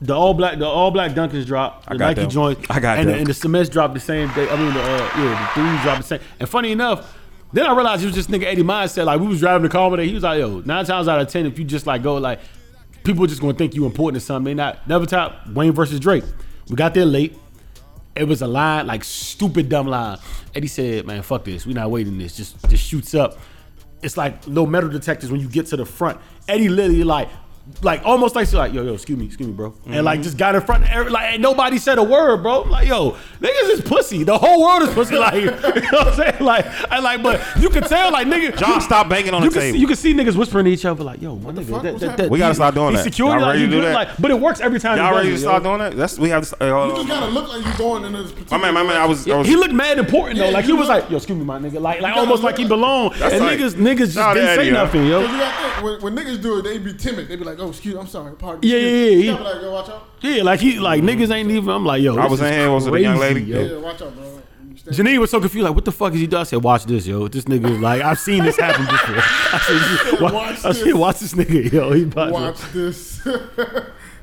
the all black, the all black Dunkins dropped, the got Nike them. joint, I got and, the, them. and the Semest dropped the same day. I mean, the, uh, yeah, the three dropped the same. And funny enough. Then I realized it was just nigga 80 mindset. Like we was driving the car over there. He was like, yo, nine times out of ten, if you just like go like people just gonna think you important to something. They not never top Wayne versus Drake. We got there late. It was a line, like stupid dumb line. Eddie said, "Man, fuck this. We're not waiting this. Just just shoots up." It's like little metal detectors when you get to the front. Eddie literally like, like Mm-hmm. almost like she's like, "Yo, yo, excuse me, excuse me, bro," and like just got in front of every, like and nobody said a word, bro. Like, yo, nigga, Niggas is pussy. The whole world is pussy. *laughs* Like, you know what I'm saying? Like, I like, but you can tell, like, nigga. John, stop banging on you the can table. See, you can see niggas whispering to each other, like, yo, fuck? my nigga. That, What's that, happening? that, We gotta start doing he that. security, Y'all like, ready you to do good, that? like, but it works every time. he Y'all does ready it, to yo. start doing that? That's we have. To, hey, You hold just on. gotta look like you going in this. um, My particular- man, my man. I was. I was He looked mad important though, Yeah, like you he was look- like, "Yo, excuse me, my nigga," like, like gotta almost look- like he belonged. And like- niggas, niggas Shout out just didn't to say Eddie, yo. nothing, yo. Cause you gotta think, when, when niggas do it, they be timid. They be like, "Oh, excuse, I'm sorry, pardon." Yeah, excuse yeah, me." yeah, You yeah. gotta be like, "Yo, watch out." Yeah, like he, like niggas ain't even. I'm like, yo, I this was in is here, was it the young crazy, lady? yo. Yeah, watch out, bro. You stand- Janine was so confused, like, what the fuck is he doing? I said, watch this, yo. This nigga is like, I've seen this happen before. *laughs* I said, watch, Watch I this. said, watch this nigga, yo. He about to- Watch this. *laughs*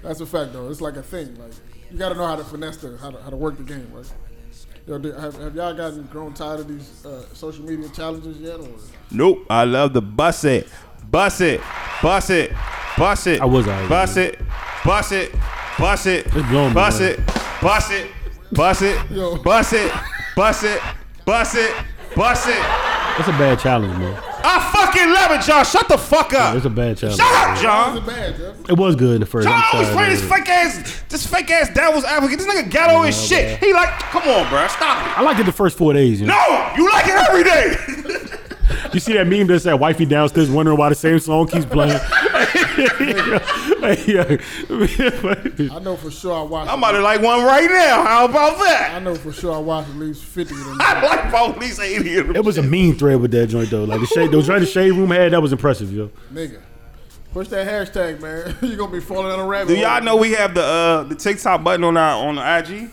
That's a fact, though. It's like a thing. Like you got to know how to finesse the how to, how to work the game, right? Yo, do, have, have y'all gotten grown tired of these uh, social media challenges yet? Or Nope. I love the bus it, bus it, bus it, bus it. I was alright, Bus it, bus it, bus it, blowing me, bus man. it, bus it, bus Yo. it, bus it, bus it, bus it, bus it. That's a bad challenge, man. I fucking love it, y'all. Shut the fuck up. That's a bad challenge. Shut up, How's y'all. it bad, yo? It was good in the first. Y'all I'm always tired play of this it. fake ass, this fake ass devil's advocate. This nigga ghetto as shit. He like, come on, bro, stop it. I liked it the first four days. You, know? No, you like it every day. *laughs* you see that meme that said wifey downstairs wondering why the same song keeps playing. *laughs* Hey, yo. I know for sure I watched. I'm about to like one right now. How about I that? know for sure I watched at least fifty *laughs* of them. I like police eighty of them. *laughs* it was a mean thread with that joint though. Like the shade, those joint the shade room had that was impressive, yo. Nigga, push that hashtag, man. *laughs* you gonna be falling down a rabbit. Do hole. y'all know we have the uh the TikTok button on our on the IG?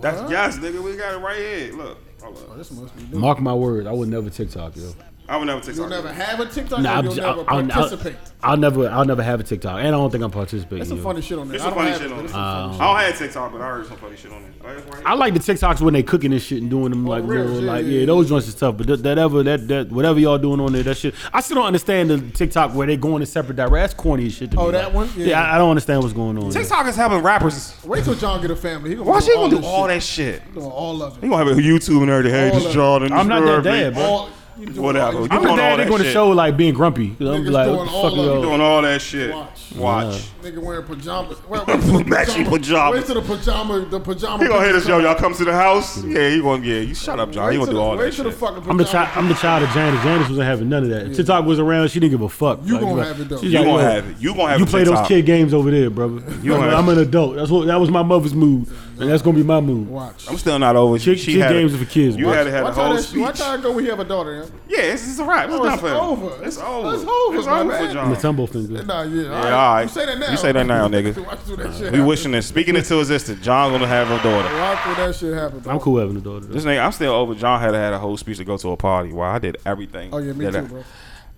That's yes, nigga. We got it right here. Look, hold up. This must be new. Mark my words, I would never TikTok, yo. I would never TikTok. You'll Never. never have a TikTok. Nah, or I'm you'll j- never I'll, I'll, participate. I'll, I'll never, I'll never have a TikTok, and I don't think I'm participating. That's some yo. funny shit on there. It's I some don't funny have shit it, but on there. it's some funny I Uh, shit. don't have TikTok, but I heard some funny shit on there. Like, it's right here. Oh. I like the TikToks when they cooking and shit and doing them like Oh, real, little, yeah, like yeah, yeah, yeah. those joints is tough. But that, that ever that that whatever y'all doing on there, that shit. I still don't understand the TikTok where they going in separate directions. That's corny as shit. To Oh, me. that like, one? Yeah, Yeah. I, I don't understand what's going on. there. TikTok is having rappers. Wait till John get a family. He gonna Why do she all gonna do this all shit. that shit? He gonna all of it. You gonna have a YouTube and everything. Hey, All this of- Jordan. This I'm not that Irving. dad, bro. All, you do Whatever. all- you doing I'm the all dad. They're that going to shit. show like being grumpy. 'Cause I'm Niggas like, doing what the all fuck of is it. all- Doing all that shit. Watch. Watch. Nigga wearing *laughs* pajamas. Wait, wait till the Matching pajama. Wait till the pajama. The pajama. He gonna hit us, pictures yo. come Y'all out. come to the house. Yeah, he gonna get. You shut up, John. Wait You gonna till the- do all wait that till the shit. fucking I'm pajama the child. I'm the child of Janice. Janice wasn't having none of that. If TikTok was around, she didn't give a fuck. You gonna like, have it, though. she's You like, gonna yo, have it. You gonna have You a play those TikTok. kid games over there, brother. You gonna have I'm it. an adult. That's what. That was my mother's mood, and that's gonna be my mood. Watch. I'm still not over. Kid, she kid had a- games are for kids. You bro. had to have a Watch how, whole that, speech. watch how it go when you have a daughter, yeah? Yeah, it's, it's a wrap. It's Oh, not it's for over. It's over. It's over, It's my over man. for the John. tumble finger. Nah, yeah. all all right. You say that now. You say that now, *laughs* nigga. Watch through that shit. We happen. wishing this. Speaking into existence, John gonna have a daughter. Watch through that shit happen. bro. I'm cool having a daughter. though. This nigga, I'm still over. John had had a whole speech to go to a party. Wow, I did everything. Oh yeah, me that too, I, bro.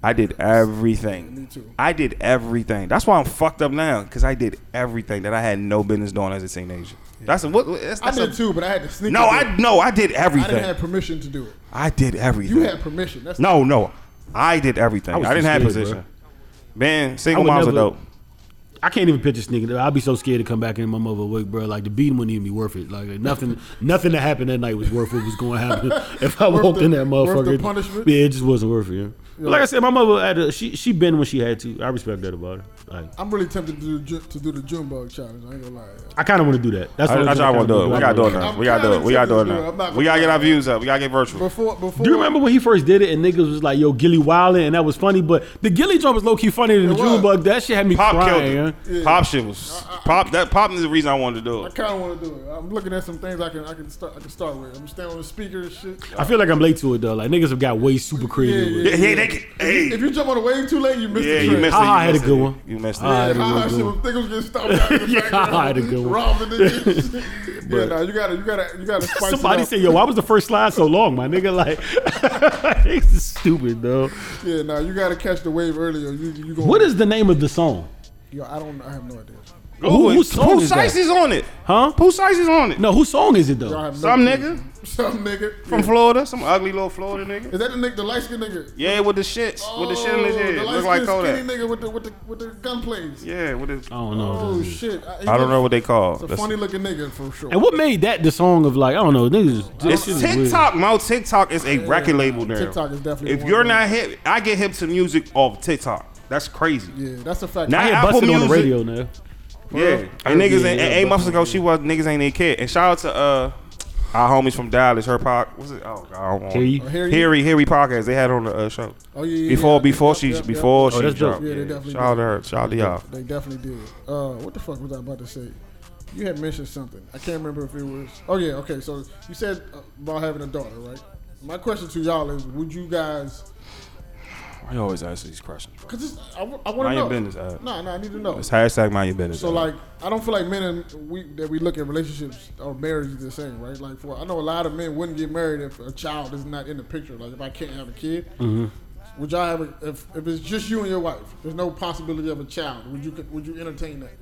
I did everything. Me too. I did everything. That's why I'm fucked up now because I did everything that I had no business doing as a teenager. That's a, what. That's, I that's did a, too, but I had to sneak. No, it in. I no, I did I didn't everything. have permission to do it. I did everything. You had permission. That's No, no, I did everything. I, was didn't too have scared, position. bro. Man, single I would moms are never- dope. I can't even picture sneaking. I'd be so scared to come back in my mother awake, bro. Like the beating wouldn't even be worth it. Like nothing, *laughs* nothing that happened that night was worth what was going to happen *laughs* if I walked in the- that worth motherfucker. the punishment? Yeah, it just wasn't worth it. Yeah. But like I said, my mother had a, she she been when she had to. I respect that about her. Like I'm really tempted to do, the Ju- to do the Junebug challenge. I ain't gonna lie. I kind of want to do that. That's I, what I, I want to do it. We gotta do it I'm now. We gotta do it. We gotta do kinda tempted to it do it. I'm not now. gonna We gotta get lie. our views up. We gotta get virtual. Before, before. Do you remember when he first did it and niggas was like, "Yo, Gilly Wildin'," and that was funny, but the Gilly jump was low key funnier than the It was. June bug. That shit had me Pop crying. killed yeah. it. Pop shit was pop. That pop is the reason I wanted to do I it. kind of want to do it. I'm looking at some things I can I can start I can start with. I'm standing on the speaker and shit. I feel like I'm late to it though. Like niggas have got way super creative. Yeah, with yeah. it. Yeah, yeah, they, can- If hey, you jump on the wave too late, you missed yeah, the you train. missed it. Ha ha you had a missed good it. one. You missed Yeah, I it. had a ha ha, good shit one. was niggas getting stopped out in the *laughs* Yeah, background. I had a good one. Robbed *laughs* the niggas. yeah, nah, you gotta you gotta you gotta spice it Somebody up. said, "Yo, why was the first slide so long, my nigga?" *laughs* Like, *laughs* it's just stupid though. Yeah, nah, you gotta catch the wave earlier. You you going What is the name of the song? Yo, I don't. I have no idea. Oh, Who, whose song Pooh is that? Sice is on it. Huh? Pooh Sice is on it. No, whose song is it though? I have no Some clue. nigga. Some nigga. From yeah. Florida, some ugly little Florida nigga. Is that the nigga, the light skinned nigga? Yeah, with the shits, with the shit in his Oh, head, The look light-skinned like skinny Kodak. nigga with the with the with the gun plays. Yeah, with his. I don't know. Oh shit! I, he I don't know what they call. It's a That's- funny looking nigga for sure. And what made that the song of like I don't know niggas? that It's shit is weird. TikTok. No, TikTok is a record label now. TikTok is definitely If one you're of them. not hip, I get hip to music off TikTok. That's crazy. Yeah, that's a fact. Now I had Apple busted on the Music. radio now. Yeah, I and did, niggas ain't, yeah, and eight but- months ago she was niggas ain't a kid. And shout out to uh, Our homies from Dallas, her pod, what's it? Oh, God, I don't want Hear you? Oh, Hear You? Harry, Harry podcast. They had her on the uh, show Oh, yeah, yeah, yeah. before, before Yep, she, yep, yep. before Oh, she that's dope. dropped. Yeah, they definitely Shout out did. to her. Shout out to y'all. They definitely did. Uh, what the fuck was I about to say? You had mentioned something. I can't remember if it was. Oh yeah, okay. So you said uh, about having a daughter, right? My question to y'all is: Would you guys? I always ask these questions. bro. Because I, want to Mind know. your business, Ad. No, no, I need to know. It's hashtag mind your business. So Ad. like, I don't feel like men in, we that we look at relationships or marriages the same, right? Like, for I know a lot of men wouldn't get married if a child is not in the picture. Like, if I can't have a kid, Mm-hmm. would y'all have a, if if it's just you and your wife? There's no possibility of a child. Would you would you entertain that?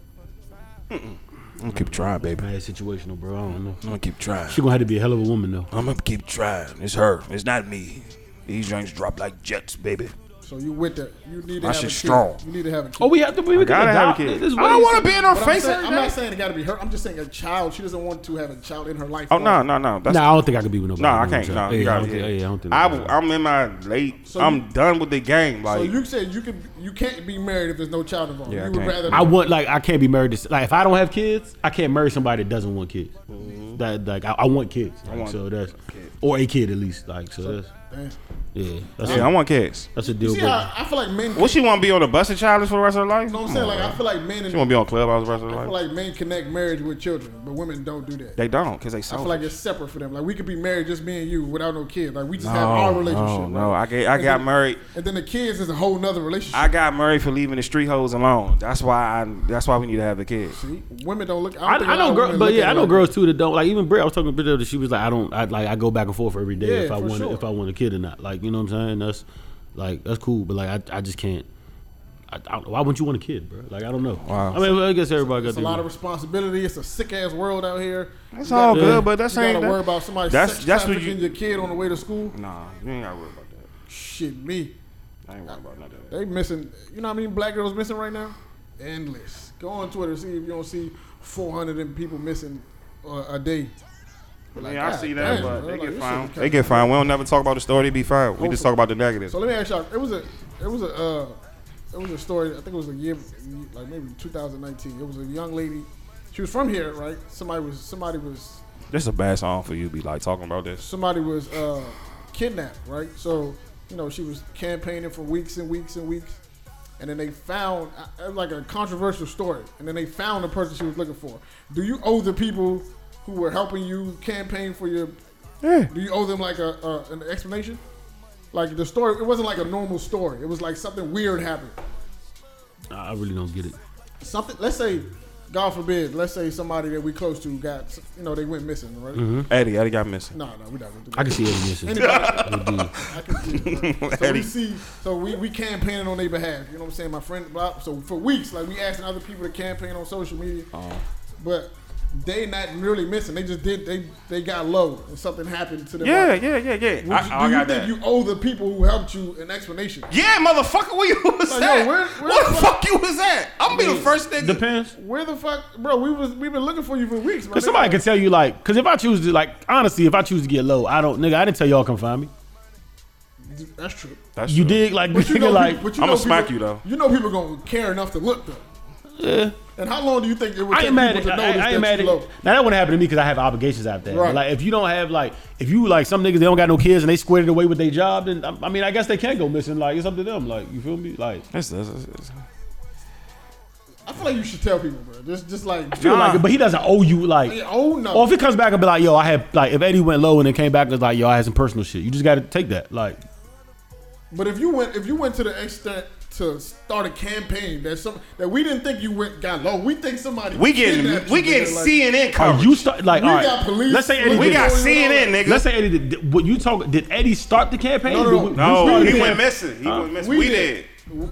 I'm gonna keep trying, baby. Hey, situational, bro. I don't know. I'm gonna keep trying. She gonna have to be a hell of a woman though. I'm gonna keep trying. It's her. It's not me. These drinks drop like jets, baby. So you with that? You need My to have a shit's kid. strong. You need to have a kid. Oh, we have to. We we can gotta have a adopt kid. it. This is I what don't he want said. to be in her But I'm, face. saying, every I'm day. not saying it got to be her. I'm just saying a child. She doesn't want to have a child in her life. Oh no, no, no. That's Nah, I don't think I could be with nobody. No, I can't. No, yeah, you I got don't think, yeah, I don't think. I, I w- I'm in my late. So I'm you- done with the game. Like, So you said you can you can't be married if there's no child involved. Yeah, I you would can't. rather. I want like I can't be married to s- like if I don't have kids, I can't marry somebody that doesn't want kids. Mm-hmm. That like I, I want kids. like, want so that's or a kid at least. Like so, that's Damn. yeah. That's yeah, a, I want kids. that's a deal See, breaker. I, I feel like men. What she want to be on the busted challenge for the rest of her life? You know what I'm saying? Like I feel like men. she And, want to be on clubhouse for the rest of I her feel life. like men connect marriage with children, but women don't do that. They don't because they I selfish. feel like it's separate for them. Like we could be married, just me and you, without no kids. Like we just no, have our relationship. no, Oh, no. right? I get, I got married. And then the kids is a whole nother relationship. I got married for leaving the street hoes alone. That's why. I, that's why we need to have a kid. See? women don't look. I, don't think I a lot know of girls, women but look yeah, at I it know like girls too that don't like. Even Brit, I was talking to Brit that she was like, I don't, I like, I go back and forth every day if Yeah, I for want, sure. if I want a kid or not. Like, you know what I'm saying? That's like, that's cool, but like, I, I just can't. I, I, why wouldn't you want a kid, bro? Like, I don't know. Wow. I mean, I guess everybody got It's a lot of different. responsibility. It's a sick ass world out here. That's You gotta- all Yeah. good, but that's you ain't. gotta That, worry about somebody that's- sex that's what trafficking you- your kid on the way to school. nah, you ain't gotta worry about that. Shit, me. I ain't worried about none of that. They missing. You know how many black girls missing right now? Endless. Go on Twitter see if you don't see 400 and people missing uh, a day. I mean, Like, I God see that, damn, bro. but they Like, get this found. shit They get found. We don't never talk about the story. They be found. We Hopefully. just talk about the negative. So let me ask y'all. It was a. It was a. Uh, it was a story. I think it was a year, like maybe 2019. It was a young lady. She was from here, right? Somebody was. Somebody was This is a bad song for you. Be like talking about this. somebody was uh, kidnapped, right? So, you know, she was campaigning for weeks and weeks and weeks, and then they found uh, like a controversial story, and then they found the person she was looking for. Do you owe the people who were helping you campaign for your? Yeah. Do you owe them like a, a an explanation? Like the story, it wasn't like a normal story. It was like something weird happened. I I really don't get it. Something. Let's say, God forbid, let's say somebody that we close to got, you know, they went missing, right? Eddie, Eddie got missing. No, no, we're not gonna do that. Mm-hmm. I can see *laughs* Eddie missing. Anybody, I I can see do. it, *laughs* bro. so we see, so we, we campaigning on their behalf. You know what I'm saying? My friend, blah, so for weeks, like we asking other people to campaign on social media, Uh-huh. but they not really missing. They just did. They they got low and something happened to them. Yeah, Like, yeah, yeah, yeah. would I, you- oh, I do you got think that. you owe the people who helped you an explanation? yeah, motherfucker, where you was Like, yo, where- at? where, where the the fuck you was at? I'm gonna be the first nigga. Depends. Where the fuck, bro? We was we been looking for you for weeks. my Cause nigga. somebody can tell you like, cause if I choose to like, honestly, if I choose to get low, I don't, nigga, I didn't tell y'all come find me. That's *laughs* true. That's *laughs* You true. dig? Like, But you nigga, know, like, but you I'ma know smack people- you, though. You know people gonna care enough to look though. And how long do you think it would I take ain't people mad at to I, notice I that ain't mad you at low? Now that wouldn't happen to me because I have obligations after that. But, Right. Like if you don't have like if you like some niggas they don't got no kids and they squared away with their job, then I, I mean I guess they can go missing. Like it's up to them. Like you feel me? Like That's, that's, that's, I feel like you should tell people, bro. Just just like I feel like it, but he doesn't owe you like. Yeah, oh no. Or if it comes back and be like, yo, I had like if Eddie went low and then came back and was like, yo, I had some personal shit. You just got to take that. Like but if you went if you went to the extent to start a campaign that some that we didn't think you went got low, we think somebody we getting kidnapped we you, getting nigga. Like, CNN are coverage. you start like We all right, got police. Let's say Eddie. we did- got Oh, you know CNN, nigga. Let's say Eddie. Did, did- what you talk? Did Eddie start the campaign? No, no, Did no. we- no, we started he the went campaign? missing. He went missing. We, did.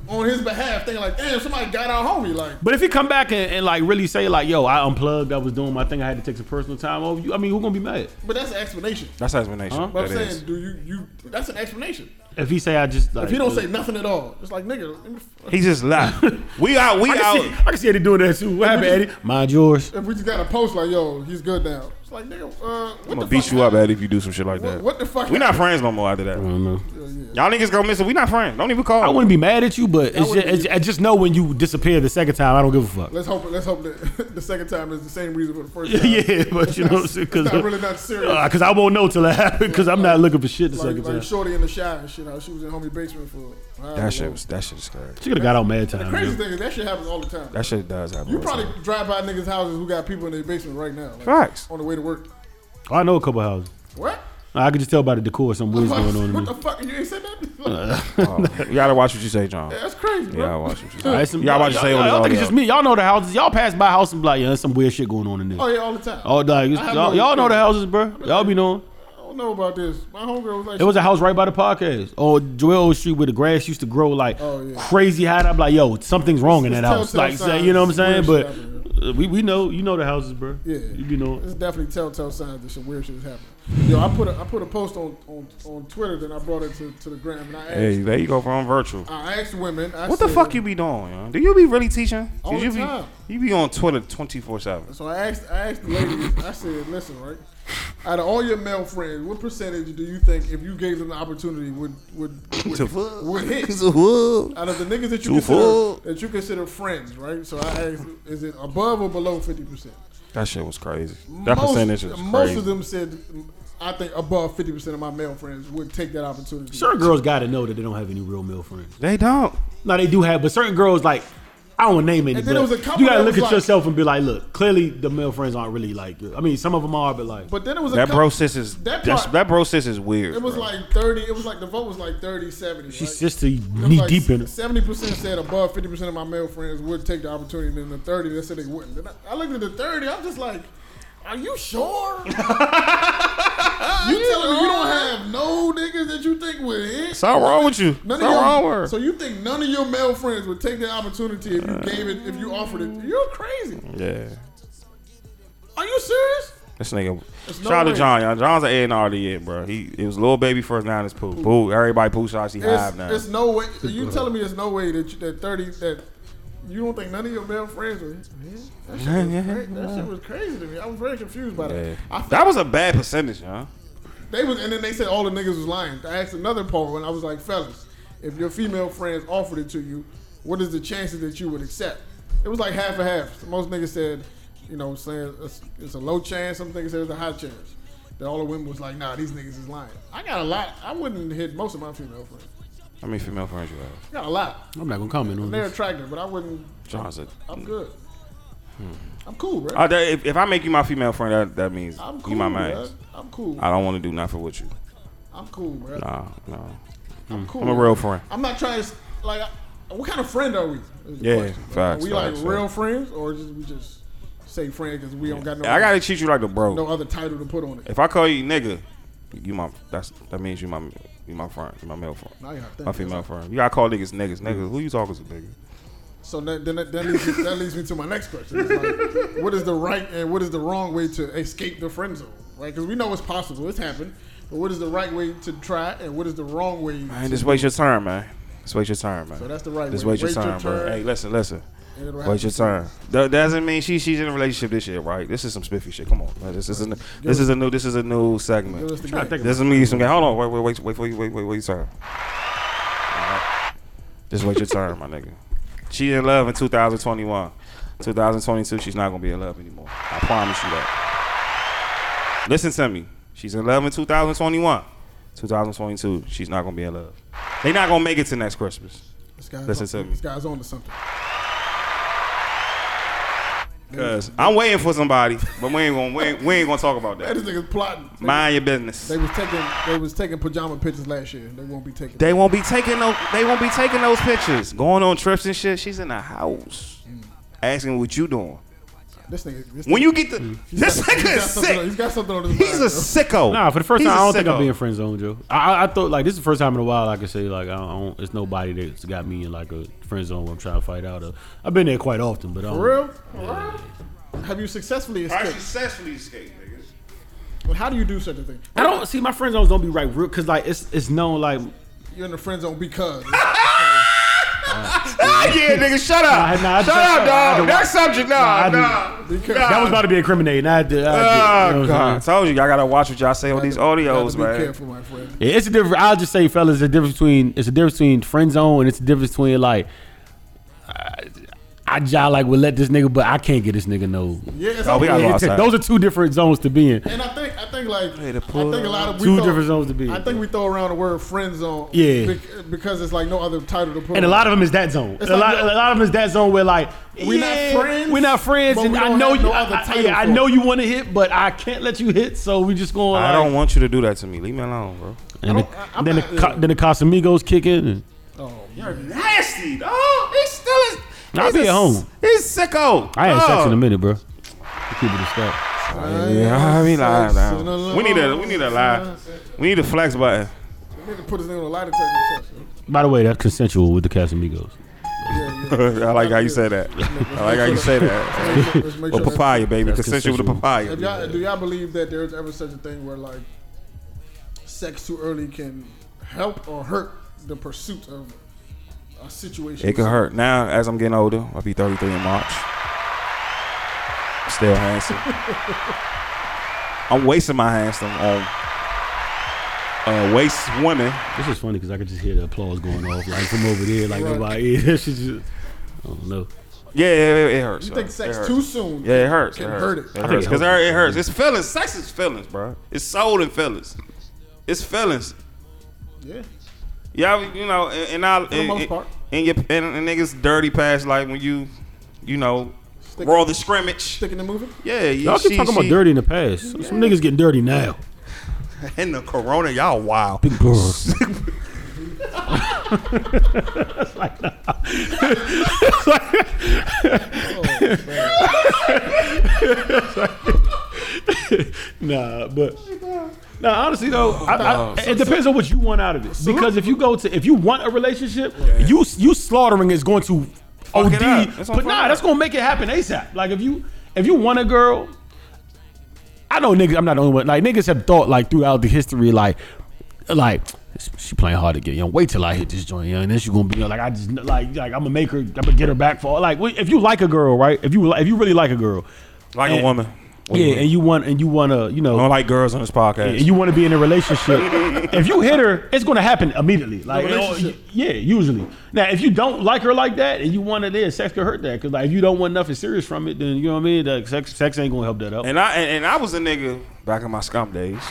on his behalf, thinking like, damn, somebody got our homie. Like, But if he come back and, and like really say like, "Yo, I unplugged. I was doing my thing. I had to take some personal time over you." I mean, who gonna be mad but that's an explanation. That's explanation. Huh? But I'm That saying, is. do you you? That's an explanation. if he say I just like If you don't say nothing at all, it's like nigga. let me f- He just left. *laughs* we out. We I out. can, see, I can see Eddie doing that too. What happened, Eddie? Mind yours. If we just got a post like, yo, he's good now. It's like nigga, uh, what I'm the gonna beat fuck you up, happened? Ed, if you do some shit like What, that. Mm. what the fuck? We happened? not friends no more after that. I don't know. yeah. Y'all niggas gonna miss it. We not friends. Don't even call. I wouldn't be mad at you, but it's wouldn't just, be- it's, I just know when you disappear the second time, I don't give *laughs* a fuck. Let's hope. Let's hope that *laughs* the second time is the same reason for the *laughs* first time. yeah, but you know what I'm It's not- saying? Because it's not really not serious. uh, I won't know till it happens because I'm not looking for shit the like, second like time. Shorty in the shower and shit. How she was in homie basement for. That shit was that shit is scary. She could have got out mad The time. crazy dude. thing is that shit happens all the time. That shit does happen. you all the probably time. drive by niggas' houses who got people in their basement right now. like, *laughs* Facts. On the way to work. Oh, I know a couple houses. What? I could just tell by the decor something weird's going on in what there. the fuck? You ain't said *laughs* that? Oh, you gotta watch what you say, John. That's crazy, Yeah, I bro. watch what you All say. right, some- Y'all about to say I what don't it's think it's all just me. Y'all know the houses. Y'all pass by houses and be like, yeah, there's some weird shit going on in there. Oh, yeah, all the time. Oh, like, I have y'all, no y'all know the idea. houses, bro. Y'all be knowing. I don't know about this. My homegirl was like, It was a house right by the podcast. Oh, Joel Street where the grass used to grow like Oh, yeah. crazy high. I'm like, yo, something's wrong in that It's house. telltale Like, signs. you know what I'm saying? It's But weird shit uh, we, we know you know the houses, bro. Yeah. you be know. It's definitely telltale signs that some weird shit is happening. Yo, I put a I put a post on on, on Twitter, then I brought it to, to the gram, and I asked Hey, there you go from virtual. I asked women. I What the said- fuck you be doing? Yo? Do you be really teaching? 'Cause All the you be time. you be on Twitter twenty four seven. So I asked I asked the ladies. I said, listen, right. Out of all your male friends, what percentage do you think, if you gave them the opportunity, would would would, would hit? Out of the niggas that you consider, fuck. that you consider friends, right? So I asked, is it above or below fifty percent? That shit was crazy. That most, percentage was most crazy. of them said I think above fifty percent of my male friends would take that opportunity. Certain girls got to know that they don't have any real male friends. they don't. No, they do have, but certain girls like I don't want to name any. And then there but was a couple you gotta that look was at like- yourself and be like, look, clearly the male friends aren't really like. good. I mean, some of them are, but like, But then it was a That couple- bro sis is that that, part- that bro sis is weird. It was bro. like thirty. It was like the vote was like 30, 70. she's right? just a knee deep in it. Seventy percent said above fifty percent of my male friends would take the opportunity, and then the thirty that said they wouldn't. Then I, I looked at the thirty. I'm just like, are you *laughs* sure? you telling me you don't have no niggas that you think would hit? Something wrong with you. None Something of your, wrong with her. so you think none of your male friends would take that opportunity if you gave it, if you offered it? You're crazy. yeah. Are you serious? This nigga. There's Shout out no to way. John. Y'all. John's an A and R to it, bro. He it was little baby first now. It's poo. Poo. Everybody poo shots. He It's, hive now. it's no way. You telling me it's no way that you, that thirty that you don't think none of your male friends would? That shit was, cra- that shit was crazy to me. I was very confused by that. Yeah. I felt That was a bad percentage, huh? they was, and then they said all the niggas was lying. I asked another poll, and I was like, fellas, if your female friends offered it to you, what is the chances that you would accept? It was like half and half. Most niggas said, you know, saying it's, it's a low chance. Some niggas said it's a high chance. Then all the women was like, nah, these niggas is lying. I got a lot. I wouldn't hit most of my female friends. How many female friends you have? I got a lot. I'm not gonna comment on They're this. attractive, but I wouldn't. John's a. I'm good. I'm cool, bro. Oh, that- if, if I make you my female friend, that, that means I'm cool, you my bro. man. I'm cool. I don't want to do nothing with you. I'm cool, bro. Nah, no. I'm cool. I'm a real friend. I'm not trying to like. I- What kind of friend are we? is the Yeah, question. facts, Are we like facts, real facts. friends, or just we just say friend because we don't got no. I gotta treat you like a *laughs* bro. no uh, other title to put on it. If I call you nigga, you my that's that means you my you my friend, you my male friend, Now you gotta think. my female friend. You gotta call niggas niggas niggas. Who you talking to, nigga? So that, then that, that, leads me, that leads me to my next question: It's like, What is the right and what is the wrong way to escape the friend zone? Right? Because we know it's possible, it's happened. But what is the right way to try, and what is the wrong way? Man, to, just wait your turn, man. Just wait your turn, man. So that's the right Just way. wait your Wait your turn, bro. turn. Hey, listen, listen. and it'll Wait your happen. turn. That doesn't mean she she's in a relationship this year, right? This is some spiffy shit. Come on, man. This is a this is a new this is a new Give us segment. the Trying to game. think This is me some game. Hold on, wait, wait, wait, wait for you, wait, wait, wait your turn. Alright. Just wait your turn, my nigga. She in love in 2021. 2022, she's not gonna be in love anymore. I promise you that. Listen to me. She's in love in 2021. 2022, she's not gonna be in love. They not gonna make it to next Christmas. This guy's Listen on, to me. This guy's on to something. Cause I'm waiting for somebody, but we ain't gonna we ain't, we ain't gonna talk about Hey, that. this nigga's plotting. They- Mind your business. They was taking they was taking pajama pictures last year. They won't be taking. They won't be taking no. They won't be taking those pictures. Going on trips and shit. She's in the house, asking what you doing. this nigga. This When nigga, you get the *laughs* this nigga Mm. got is something on- he's sick. got something on his He's a mind, sicko. Nah, for the first He's time, a I don't think sicko. I'm being friend zone, Joe. I, I I thought like this is the first time in a while I can say like I don't, I don't it's nobody that's got me in like a friend zone where I'm trying to fight out of. I've been there quite often, but um, I bro. don't, For real? For real? Have you successfully I escaped? successfully escaped, niggas. *laughs* Well, How do you do such a thing? I don't see my friend zones don't be right real because like it's it's known like You're in the friend zone because Ah, yeah, nigga, shut up. Nah, nah, I- shut I- up, I- dog. I- That subject, I- nah, I- nah. Ah. That was about to be incriminating. I, did- I, did, Oh, you know what I'm God. I saying? told you, y'all gotta watch what y'all say on *laughs* these audios, be man. careful, my friend. Yeah, it's a different. I'll just say, fellas, the difference between it's a difference between friend zone and it's a difference between like. I, I jive like would let this nigga, but I can't get this nigga no. Yeah, it's Oh, we gotta *laughs* okay. go It's- outside. those are two different zones to be in. And I think I think like I to think a pull lot of we Two throw- different zones to be in. I think we throw around the word friend zone. Yeah. bec- because it's like no other title to put. And a lot of them is that zone. It's a, like, lot, look, a lot of them is that zone where like we not yeah, friends, We're not friends, but and we I don't know have you. no other I, I, title yeah, I for know it. you want to hit, but I can't let you hit. So we just going. I like, don't want you to do that to me. Leave me alone, bro. And the, I- I'm then, not- the, Ca- then the Casamigos kick in. and- Oh, Nasty, dog. He still is. I'll he's be a at s- home. He's sicko. I ain't sex dog. Oh. in a minute, bro. To keep it a step. Yeah, I mean, live Sex now. and We need a love. we need a live. We need a flex button. *laughs* we need to put his name on a lot of title. By the way, that's consensual with the Casamigos. Yeah, yeah. I like how you say that. I like how you say that. Let's *laughs* make- let's make Well, sure papaya, baby. That's Consensual with the consensual. papaya. If y'all, do y'all believe that there's ever such a thing where like sex too early can help or hurt the pursuit of a situation? It could hurt. Now, as I'm getting older, I'll be 33 in March. *laughs* Still handsome. I'm wasting my handsome on uh, waste women. This is funny because I could just hear the applause going off like from over there, like Right. nobody. *laughs* This is just, I don't know. Yeah, yeah, it, it hurts. You uh, think it sex hurts. too soon? Yeah, it hurts. Can it hurt hurts. it. It think hurts it because it, helps. hurts. It's feelings. Sex is feelings, bro. It's soul and feelings. It's feelings. Yeah. Yeah, you know, and, and I the and, most and- part. and your and, and niggas dirty past like when you, you know, Stick- roll the scrimmage. Sticking the movie. *laughs* Yeah, you Y'all keep she- talking about she- dirty in the past. Some, some niggas getting dirty now. in the corona. Y'all wild. Big *laughs* bro. Nah, but nah. Honestly though, Oh, I, I, it depends on what you want out of it. Because if you go to if you want a relationship, you you slaughtering is going to OD. it up. It's gonna But fuck it nah, up. that's gonna make it happen ASAP. Like if you if you want a girl, I know niggas. I'm not the only one. Like niggas have thought like throughout the history, like like. She playing hard to get, young. Wait till I hit this joint, young. Then she gonna be like, I just like, like I'm gonna make her, I'm gonna get her back for like. If you like a girl, right? If you li- if you really like a girl, Like And- a woman. yeah, and you want and you wanna, you know, I don't like girls on this podcast. and you want to be in a relationship, if you hit her, it's going to happen immediately. Like, it all- relationship. yeah, usually. Now, if you don't like her like that, and you want it, then sex could hurt that. Because like, if you don't want nothing serious from it, then you know what I mean. Like, sex, sex ain't going to help that out. And I and, and I was a nigga back in my scum days.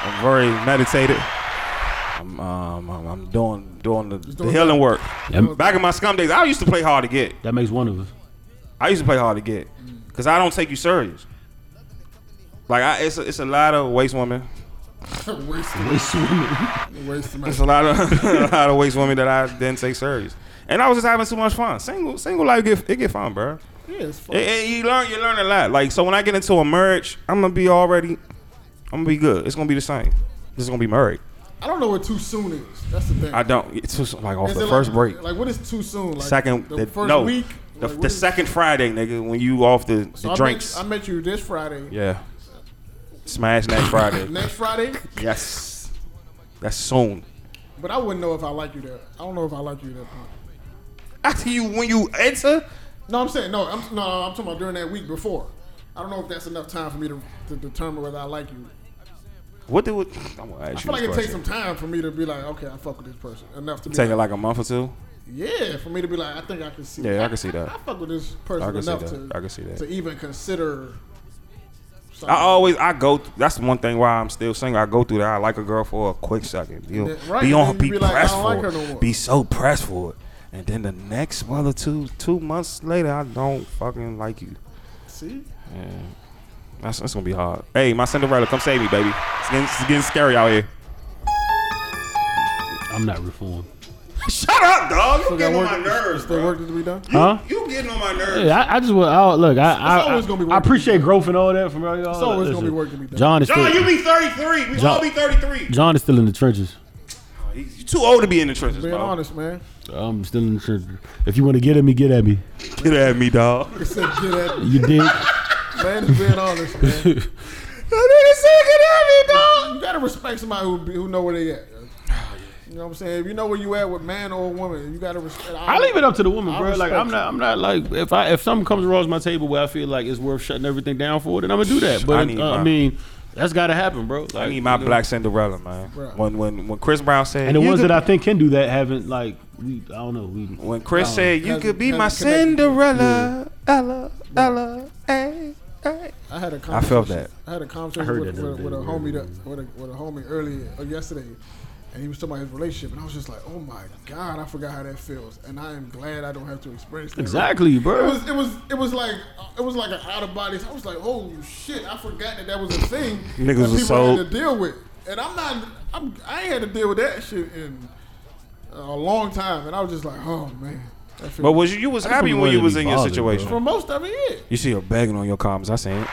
I'm very meditated. I'm um, I'm, I'm doing doing the, the doing healing work. Yep. Back in my scum days, I used to play hard to get. that makes one of us. I used to play hard to get because I don't take you serious. Like I, it's a, it's a lot of waste women. *laughs* Wasting, wasting my It's a lot of *laughs* a lot of waste women that I didn't take serious. And I was just having too much fun. Single single life get it get fun, bro. yeah, it's fun. It- it- you learn you learn a lot. Like so, when I get into a marriage, I'm gonna be already. I'm gonna be good. It's gonna be the same. This is gonna be married. I don't know what too soon is. That's the thing. I don't. It's just like off Is the it first like, break, Like what is too soon? Like second. the, the- first no, week. the, Like, what the is- second Friday, nigga, when you off the, So the I drinks. Met, I met you this Friday. yeah. Smash next Friday. Next Friday, yes. That's soon. but I wouldn't know if I like you there. I don't know if I like you at that point. After you, when you enter, No, I'm saying no. I'm no. I'm talking about during that week before. I don't know if that's enough time for me to, to determine whether I like you. what do? It, I'm gonna ask I feel like it you. this takes question. some time for me to be like, okay, I fuck with this person enough to be Take it like, like a month or two. yeah, for me to be like, I think I can see. Yeah, I can see that. I fuck with this I person can see enough that. to I can see that. to even consider. something. I always I go. th- That's one thing why I'm still single. I go through that. I like a girl for a quick second. You know, Right, be and on, then be, you be like, I pressed don't like for her no it. more. Be so pressed for it. And then the next month or two, two months later, I don't fucking like you. see. That's, that's gonna be hard. Hey, my Cinderella, come save me, baby. It's getting, it's getting scary out here. I'm not reformed. Shut up, dog. You Still got getting on work. my nerves, Still bro. work to be done. Huh? You getting on my nerves. Yeah, I, I just want. I, look, I I, always gonna be I, work to be appreciate growth and all that from y'all. It's always gonna be work to be done. John is John, still, you be 33. We John- all be 33. John is still in the trenches. You too old to be in the trenches, Being bro. honest, man. I'm still in the trenches. If you want to get at me, get at me. Get at me, dog. It's a get at You dig? *laughs* man. It's being honest, *laughs* man. nigga said get at me, dog. Oh, You gotta respect somebody who be- who know where they at. You know what I'm saying? If you know where you at with man or woman, you gotta respect. I leave it up to the woman, I bro. Like respect I'm not, I'm not like if I if something comes across my table where I feel like it's worth shutting everything down for, then I'm gonna do that. But uh, I, need my- mean, that's gotta happen, bro. Like, I need my black Cinderella, man. Bruh. When when when Chris Brown said and the "You ones could that I think can do that haven't like we, I don't know. We, When Chris said, "You Cousin- could be cousin my connected. Cinderella, Ella, Ella, hey, hey." I had a I conversation. felt that. I had a conversation heard with, that the with, other with a day. homie that, with, a, with a homie earlier or yesterday, and he was talking about his relationship, and I was just like, "Oh my god, I forgot how that feels," and I am glad I don't have to experience that. exactly, It bro. *laughs* was it was it was like it was like an out of body. I was like, "Oh shit, I forgot that that was a thing that *laughs* Niggas was people sold. had to deal with," and I'm not I'm I ain't had to deal with that shit in a long time, and I was just like, "Oh man." That feels- But was you, you was happy when you wanted was to in be your bothered, situation? for most of it, yeah. You see her begging on your comments. I seen it.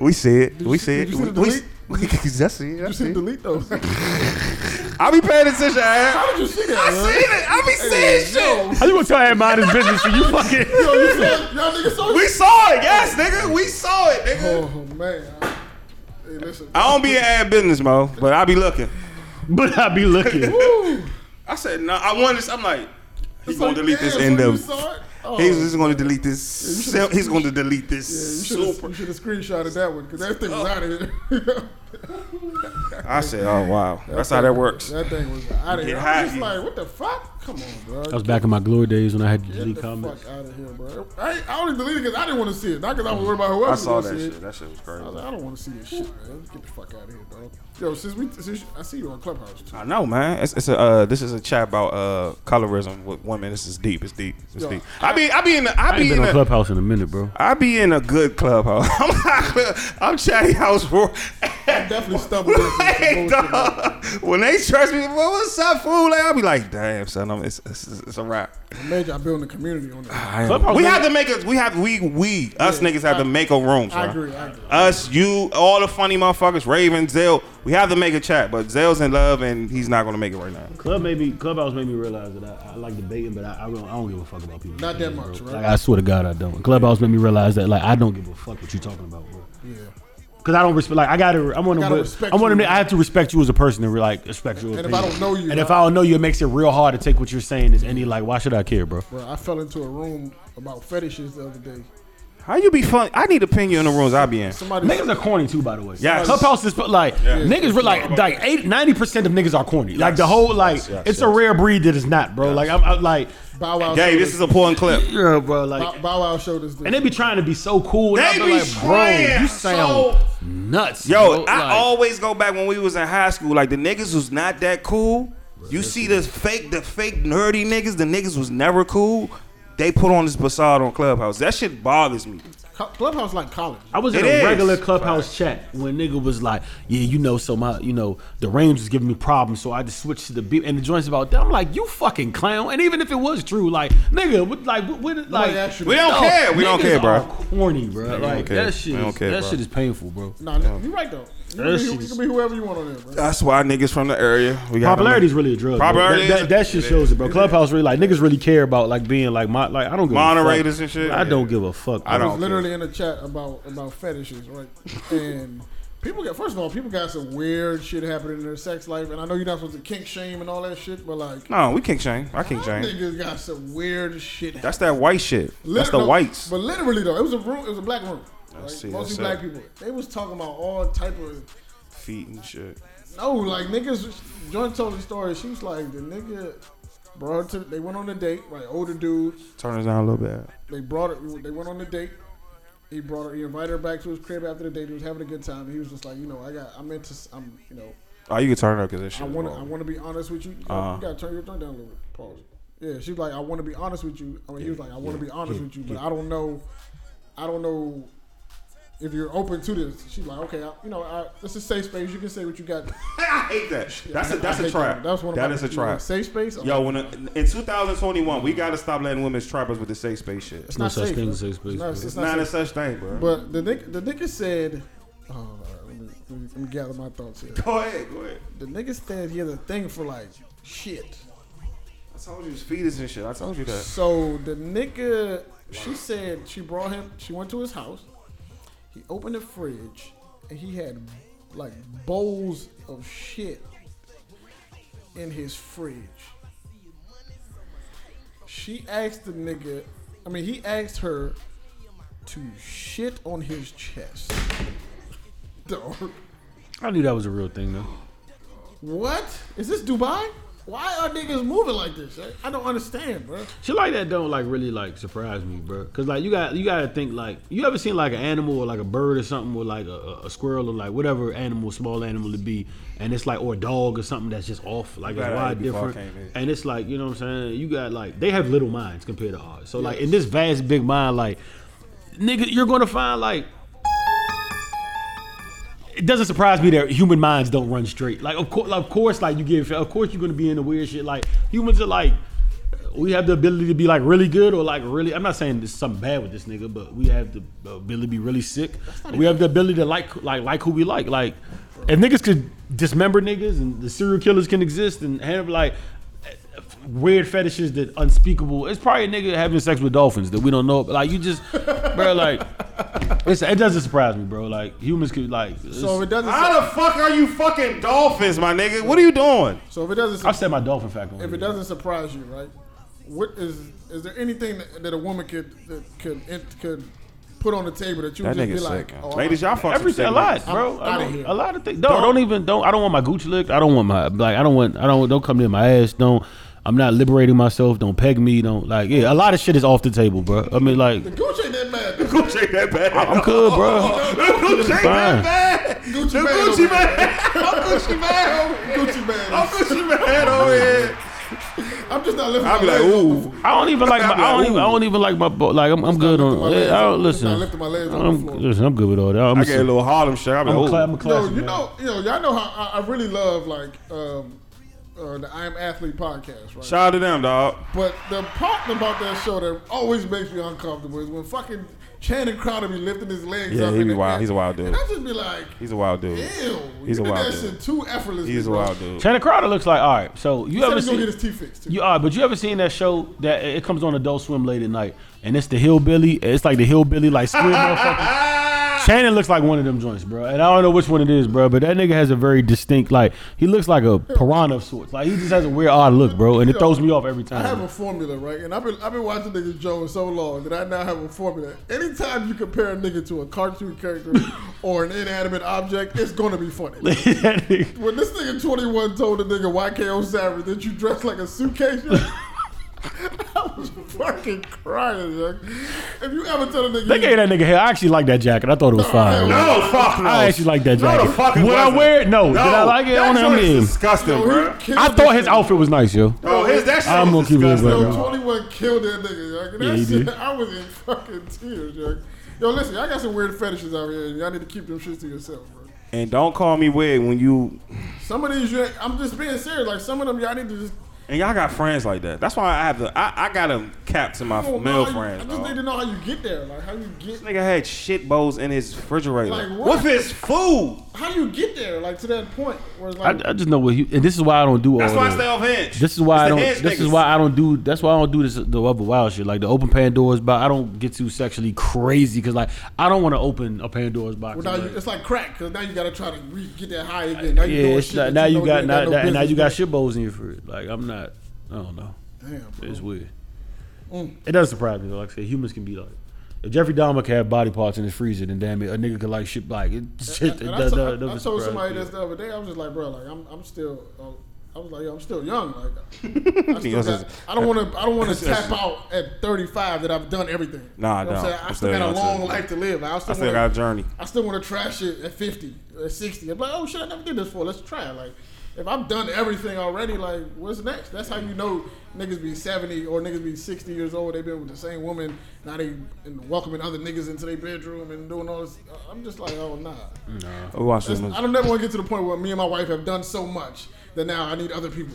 we see it. We see it. did you see We, the we, delete? we, 'cause I see it. *laughs* I You see should it. delete *laughs* those. How I be paying attention. I, did you see that? I huh? seen it. I be seeing *laughs* shit. How you gonna tell everybody this business and you fucking? Yo, you saw, y'all niggas saw We saw it. Yes, nigga. We saw it, nigga. *laughs* Oh man. Hey, listen. I don't be an ad business, mo, but I be looking. *laughs* But I be looking. I said no. I wanted. this- I'm like, he's It's gonna like, delete damn, this so end you of. saw it? Oh, He's just gonna delete this. Yeah, you should've- He's gonna delete yeah, you this. should have super. Oh. screenshotted that one because that thing was out of here. *laughs* I said, oh wow, that's how that works. that thing was out of Get here. high. I'm just like, what the fuck? Come on, bro. I was back in my glory days when I had to Get delete the comments. fuck out of here, bro. I, I only deleted because I didn't want to see it, not because I was worried about who I else saw was that gonna see it. shit. That shit was crazy. I was like, I don't want to see this shit, man. Get the fuck out of here, bro. Yo, since we, since I see you on Clubhouse too. I know, man. It's, it's a uh, this is a chat about uh, colorism with women. This is deep. It's deep. It's Yo, deep. I be I be in the, I I ain't be been in on a, Clubhouse in a minute, bro. I be in a good clubhouse. *laughs* I'm not, I'm chatty house *laughs* for. Definitely stumbled into Like, some bullshit. dog, when they trust me, well, what's up, fool? Like, I'll be like, damn, son, I'm, it's, it's, it's a wrap. I'm mad y'all building a community on that. I am- Clubhouse we nigga- have to make a, we have we we us niggas have to make a room. I son. agree, I agree. Us, you, all the funny motherfuckers, Raven, Zell. We have to make a chat, but Zell's in love and he's not gonna make it right now. Club made me, Clubhouse made me realize that I, I like debating, but I, I, don't, I don't give a fuck about people. Not that much, Like, right? I swear to God, I don't. Clubhouse made me realize that like I don't give a fuck what you talking about, bro. Yeah. Cause I don't respect. Like I gotta. I'm one of Gotta them. respect I'm one of you. them. I have to respect you as a person and like respect And your. if opinion. I don't know you, and if I- I don't know you, it makes it real hard to take what you're saying as any. Like, why should I care, bro? Bro, I fell into a room about fetishes the other day. How you be fun? I need to pin you in the rooms I be in. Somebody, Niggas are corny too, by the way. Yes. Clubhouse is like niggas were like like 90 percent of niggas are corny. Like the whole like it's a rare breed that is not, bro. Like I'm, I'm like Bow Wow. Dave, showed this us- is a porn clip. yeah, bro. Like Bow, Bow Wow showed us this. and they be trying to be so cool. And They I be be like, bro, trying you so- sound nuts. Yo, bro. I Like, always go back when we was in high school. Like the niggas was not that cool. You see the fake, the fake nerdy niggas. The niggas was never cool. They put on this facade on Clubhouse. That shit bothers me. Co- Clubhouse like college. I was in It a is. regular clubhouse chat when nigga was like, yeah, you know, so my, you know, the range was giving me problems, so I just switched to the beat and the joints about that. I'm like, you fucking clown. And even if it was true, like, nigga, what, like, what, what- like, asked you We that. don't care. We don't niggas care, are bro. Corny, bro. like care. that shit. They don't is- care, that bro. shit is painful, bro. Nah, nah, you right though. You can, That be, who- you shit's- can be whoever you want on there, bro. That's why niggas from the area. We got Popularity is really a drug. bro. Popularity that, is- that, that shit shows it, bro. Clubhouse really like niggas really care about like being like my like I don't give a Moderators fuck. and shit? I don't give a fuck. I I don't was literally in a chat about about fetishes, right? and people get first of all, people got some weird shit happening in their sex life, and I know you're not supposed to kink shame and all that shit, but like, No, we can't change. I can't change. niggas got some weird shit. That's that white shit. That's the Literally- whites. But literally though, it was a room. It was a black room. Right? see, Mostly that's black it. people. They was talking about all type of Feet and shit. No, like niggas. Joint told the story. She was like the nigga brought her to. They went on a date. Like older dude. Turn it down a little bit. They brought her. They went on a date. He brought her. He invited her back to his crib after the date. He was having a good time. He was just like, you know, I got. I'm into. s- I'm. You know, Oh, you can turn it up because that shit. I is Uh-huh. want. to I wrong. want to be honest with you. You, gotta- you gotta turn your joint down a little bit. Pause. Yeah, she's like, I want to be honest with you. I mean, he was like, I want to be honest with you, but I don't know. I don't know if you're open to this. She's like, okay, I, you know, I, this is safe space. You can say what you got. I hate that. That's a I- that's I a hate trap. That was one of That my- is a you know, trap. Safe space. Yo, when a, in 2021, we gotta stop letting women trap us with the safe space shit. It's It's not No such safe, thing bro. as safe space, It's not, bro. it's not, not a safe. such thing, bro. But the nigga, the nigga said, oh, all right, let, me, let me- let me gather my thoughts here. go ahead, go ahead. The nigga said he has a thing for like shit. I told you it's fetus and shit. I told you that. So the nigga, she said she brought him. She went to his house. He opened the fridge, and he had like bowls of shit in his fridge. She asked the nigga, I mean, he asked her to shit on his chest. *laughs* Dog. I knew that was a real thing though. What? Is this Dubai? Why are niggas moving like this? I- I don't understand, bro. Shit like that don't like really like surprise me, bro. Cause like you got you gotta think like you ever seen like an animal or like a bird or something or like a- a, a squirrel or like whatever animal, small animal it be, and it's like or a dog or something that's just off, like it's gotta wide eat before I different. came in. And it's like you know what I'm saying. You got like they have little minds compared to ours. So like in this vast big mind, like nigga, you're gonna find like. It doesn't surprise me that human minds don't run straight. Like of course, of course, like you get, of course you're gonna be in the weird shit. Like humans are like, we have the ability to be like really good or like really. I'm not saying there's something bad with this nigga, but we have the ability to be really sick. We have the ability to like like like who we like. Like if niggas could dismember niggas and the serial killers can exist and have like weird fetishes that unspeakable. It's probably a nigga having sex with dolphins that we don't know. Like you just, bro, like it's, it doesn't surprise me, bro. Like humans could like. So if it doesn't. How the fuck are you fucking dolphins, my nigga? What are you doing? So if it doesn't. I said my dolphin fact. on if here. it doesn't surprise you, right? What is is there anything that, that a woman could that could it could put on the table that you That would just be nigga's like, sick. oh, Ladies, y'all fuck Everything, a some lot, cigarettes. bro. I'm I outta don't- here. A lot of things. Don't, don't even. Don't. I don't want my Gucci licked. I don't want my like. I don't want. I don't. Don't come near my ass. Don't. I'm not liberating myself. Don't peg me. Don't like. Yeah, a lot of shit is off the table, bro. I mean, *laughs* like, Gucci ain't that bad. *laughs* Gucci ain't that bad. I'm *laughs* good, bro. *laughs* Gucci ain't that Fine. bad. Gucci The man Gucci over man. *laughs* I'm Gucci man. Gucci man. *laughs* I'm Gucci man over here. I'm just not living. I'll be my like, legs. ooh. I don't even like. My, I don't even. I don't even like my. bo- Like, I'm, I'm good lifting on. my legs I up. don't Let's not listen. lift my legs up I'm, before. listen, I'm good with all that. I'm, I a- get a little Harlem shake. I'm I'm a, like, cla- I'm Yo, ooh. a classic. you man. know, yo, y'all know how I, I really love like um, uh, the I Am Athlete podcast, right? Shout out to them, dog. But the part about that show that always makes me uncomfortable is when fucking Channing Crowder be lifting his legs Yeah, up. he in be the wild. air. He's a wild dude. And I just be like, He's a wild ew. dude. you He's a did wild that dude. shit too effortlessly. He's a bro. wild dude. Shannon Crowder looks like all right. So you He said ever he's gonna seen? get his teeth fixed too. You are, but you ever seen that show that it comes on Adult Swim late at night, and it's the hillbilly. It's like the hillbilly, *laughs* like squid motherfucker. Ah, Shannon looks like one of them joints, bro, and I don't know which one it is, bro. But that nigga has a very distinct, like he looks like a piranha of sorts. Like he just has a weird, odd look, bro, and it throws me off every I have a time. formula, right? And I've been I've been watching niggas Joe so long that I now have a formula. Anytime you compare a nigga to a cartoon *laughs* character or an inanimate object, it's gonna be funny. *laughs* That nigga- When this nigga 21 told the nigga YKO Savage that you dress like a suitcase, *laughs* I was fucking crying, yo. If you ever tell a nigga, they gave that nigga hair. I actually like that jacket. I thought it was hell fine. No, fuck no. I actually like that No, jacket. the fuck it Would I wasn't. wear it? No. Did I like it? that I don't know. joint is Yeah. disgusting, yo, bro. he killed I this thought his nigga. outfit was nice, yo. Bro, his that shit I'm is gonna keep it as disgusting. well, Yo, bro. 21 killed that nigga, yo. And Yeah, that he shit, did. I was in fucking tears, yo. Yo, listen, I got some weird fetishes out here. Y'all need to keep them shits to yourself, bro. And don't call me weird when you Some of these, you- I'm just being serious. Like some of them, y'all need to just. and y'all got friends like that. That's why I have to. I, I got to cap to my I don't know male how you- friends. I just dog. need to know how you get there. Like how you get, Nigga had shit bowls in his refrigerator Like what? with his food. how you get there. Like to that point where it's I, like, I just know what he. And this is why I don't do all That's why I that. stay off hinge. This is why I It's don't. the hinge This is niggas. why I don't do. That's why I don't do this the other wild shit like the open Pandora's box. I don't get too sexually crazy because like I don't want to open a Pandora's box. well, now like- you, it's like crack because now you gotta try to re- get that high again. Now you yeah, doing it's shit not- that now you know got ain't now, no that- and now you got business shit bowls in your fridge. Like I'm not. I don't know. doing. Damn, bro. It's weird. Mm. It doesn't surprise me. though. Like I said, humans can be like. If Jeffrey Dahmer could have body parts in his freezer, then damn it, a nigga could like shit like it. Shit, it And I, does- to- I- I does- doesn't told surprise somebody me. this the other day. I was just like, bro, like I'm, I'm still, uh, I was like, yo, I'm still young. Like, *laughs* I, still Yes, got, I don't want to, I don't *laughs* want to tap out at 35 that I've done everything. Nah, you know what I'm nah, saying? I I'm still still got a young, long too. life to live. I still, I still wanna, got a journey. I still want to try shit at 50, at 60. I'm like, oh shit, I never did this before. Let's try it. Like, if I've done everything already, like, what's next? That's how you know niggas be 70 or niggas be 60 years old. They've been with the same woman. Now they and welcoming other niggas into their bedroom and doing all this. I'm just like, oh, nah. We watched this I movie. don't never want to get to the point where me and my wife have done so much that now I need other people.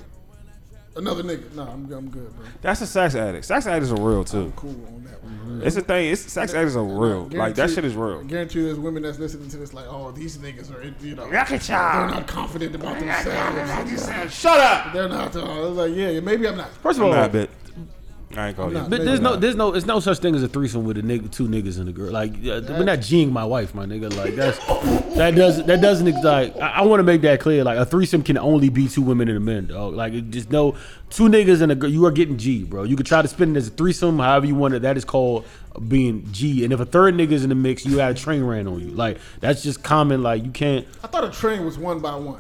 Another nigga. Nah, I'm, I'm good, bro. That's a sex addict. Sex addicts are real too. Cool on that one. bro. It's a thing. It's sex addicts are real. Mm-hmm. Like that Guarantee- shit is I real. guarantee you there's women that's listening to this like, oh, these niggas are, you know, Look they're at y'all. not confident about themselves. Shut up. They're not. Uh, I was like, yeah, maybe I'm not. First of Nah, all, bitch. I ain't call you. not. But Maybe there's no, not. there's no, it's no such thing as a threesome with a nigga, two niggas and a girl. Like uh, we're not geeing my wife, my nigga. Like that's that does that doesn't ex- like. I, I want to make that clear. Like a threesome can only be two women and a man, dog. Like it just no two niggas and a girl. You are getting G, bro. You could try to spin it as a threesome, however you want it. That is called being G. And if a third nigga's in the mix, you got a train ran on you. Like that's just common. Like you can't. I thought a train was one by one.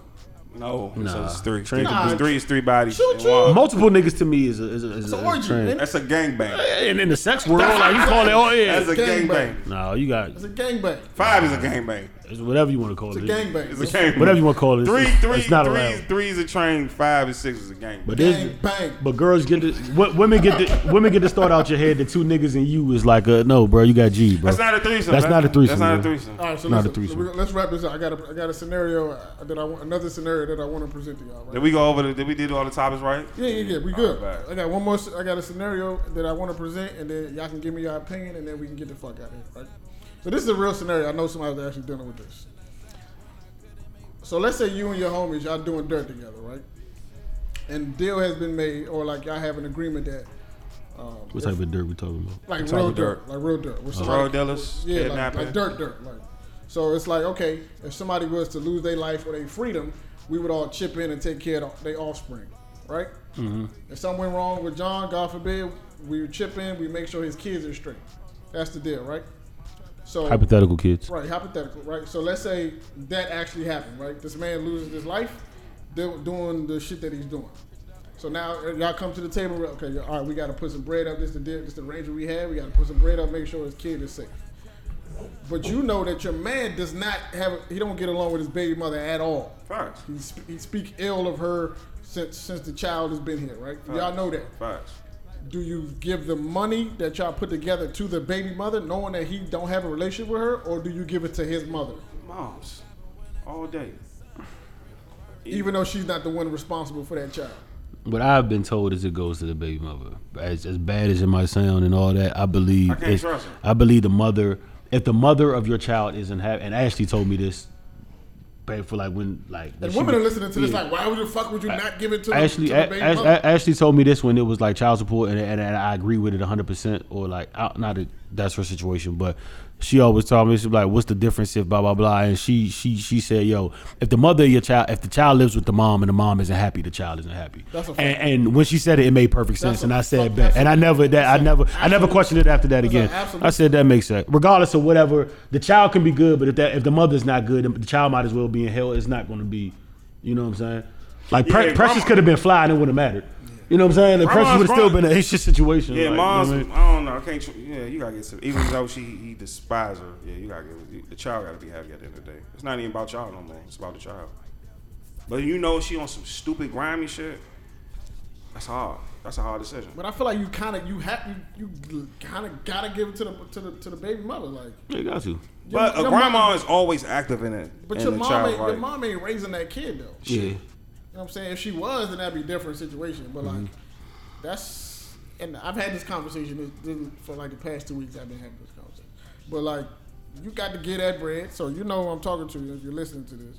No, so it's three. Nah. Three, three is three bodies. Choo and choo. one. Multiple niggas to me is a, is a, is It's a, an is a orgy. train. man. That's a gangbang. And in the sex world, like you call it, oh That's yeah. a Gangbang. gangbang. No, you got It's a gangbang. Five is a gangbang. it's whatever you want to call It's a it. gangbang. It's a gangbang. Whatever you wanna call it, it's- Three, it's- three, it's not three- allowed. three is a train. Five and six is a gangbang. But this, Gang bang. but girls get to, wo- women get to, women get to start out your head that two niggas and you is like, uh, no, bro, you got G, bro. that's not a threesome. That's not a That's threesome, not a bro. threesome. All right, so, Not a listen, so threesome. we're- let's wrap this up. I got a, I got a scenario uh, that I want, another scenario that I want to present to y'all. Right? Did we go over? The, did we did all the topics right? Yeah, yeah, yeah. We good. Alright. I got one more. s- I got a scenario that I want to present, and then y'all can give me your opinion, and then we can get the fuck out of here. Right. So this is a real scenario. I know somebody was actually dealing with this. So let's say you and your homies y'all doing dirt together, right? And deal has been made, or like y'all have an agreement that, um, what type of dirt we talking about? like type real of dirt, dirt? like real dirt. Where somebody- Drug dealers, yeah, like, kidnapping. like dirt, dirt. Like, so it's like okay, if somebody was to lose their life or their freedom, we would all chip in and take care of their offspring, right? Mm-hmm. If something went wrong with John, God forbid, we would chip in. We make sure his kids are straight. That's the deal, right? So Hypothetical kids. Right, hypothetical, right? So let's say that actually happened, right? This man loses his life do- doing the shit that he's doing. So now uh, y'all come to the table, right, okay, all right, we got to put some bread up. This the deal, this the arrangement we had. We got to put some bread up, make sure his kid is safe. But you know that your man does not have, he don't get along with his baby mother at all. Facts. He, sp- he speak ill of her since since the child has been here, right? Y'all know that. Facts. Do you give the money that y'all put together to the baby mother, knowing that he don't have a relationship with her, or do you give it to his mother, Moms, all day. even though she's not the one responsible for that child? What I've been told is it goes to the baby mother. As, as bad as it might sound and all that, I believe. can't it's- trust her. I believe the mother. If the mother of your child isn't happy, and Ashley told me this, back for like when like And she women are was- listening to this yeah. like, why would the fuck would you not give it to, the- Ashley, to the, A- baby Ash- mother? A- Ashley told me this when it was like child support, and, and, and I agree with it 100%. Or, like, I, not that that's her situation, but she always told me, she was like, What's the difference if blah, blah, blah? And she, she, she said, Yo, if the mother of your child, if the child lives with the mom and the mom isn't happy, the child isn't happy. That's a fact. and, and when she said it, it made perfect sense. a And I said, fuck- Bet. that's And a- I never, that I never, I never questioned it after that That's a again. absolute- I said, That makes sense. Regardless of whatever, the child can be good, but if that, if the mother's not good, the child might as well be in hell. It's not going to be, you know what I'm saying? Like, pre- Yeah, Precious grandma- could have been fly and it wouldn't have mattered. You know what I'm saying? Like, Precious Grandma's would have still grown. been a his shit situation. Yeah, like, you know moms. what I, I mean? don't know. I can't. Tr- yeah, you gotta get some. Even though she he despises her, yeah, you gotta get you- the child. Gotta be happy at the end of the day. It's not even about y'all no more. It's about the child. But you know, she on some stupid grimy shit. That's hard. That's a hard decision. But I feel like you kind of you have you, you kind of gotta give it to the to the to the baby mother, like. Yeah, got you. But your a grandma mom- is always active in it. But in your the mom, child, ain't, right? your mom ain't raising that kid though. Yeah. You know what I'm saying? If she was, then that'd be a different situation. But like, that's and I've had this conversation this, this, for like the past two weeks. I've been having this conversation. But like, you got to get that bread. So you know who I'm talking to if you're listening to this.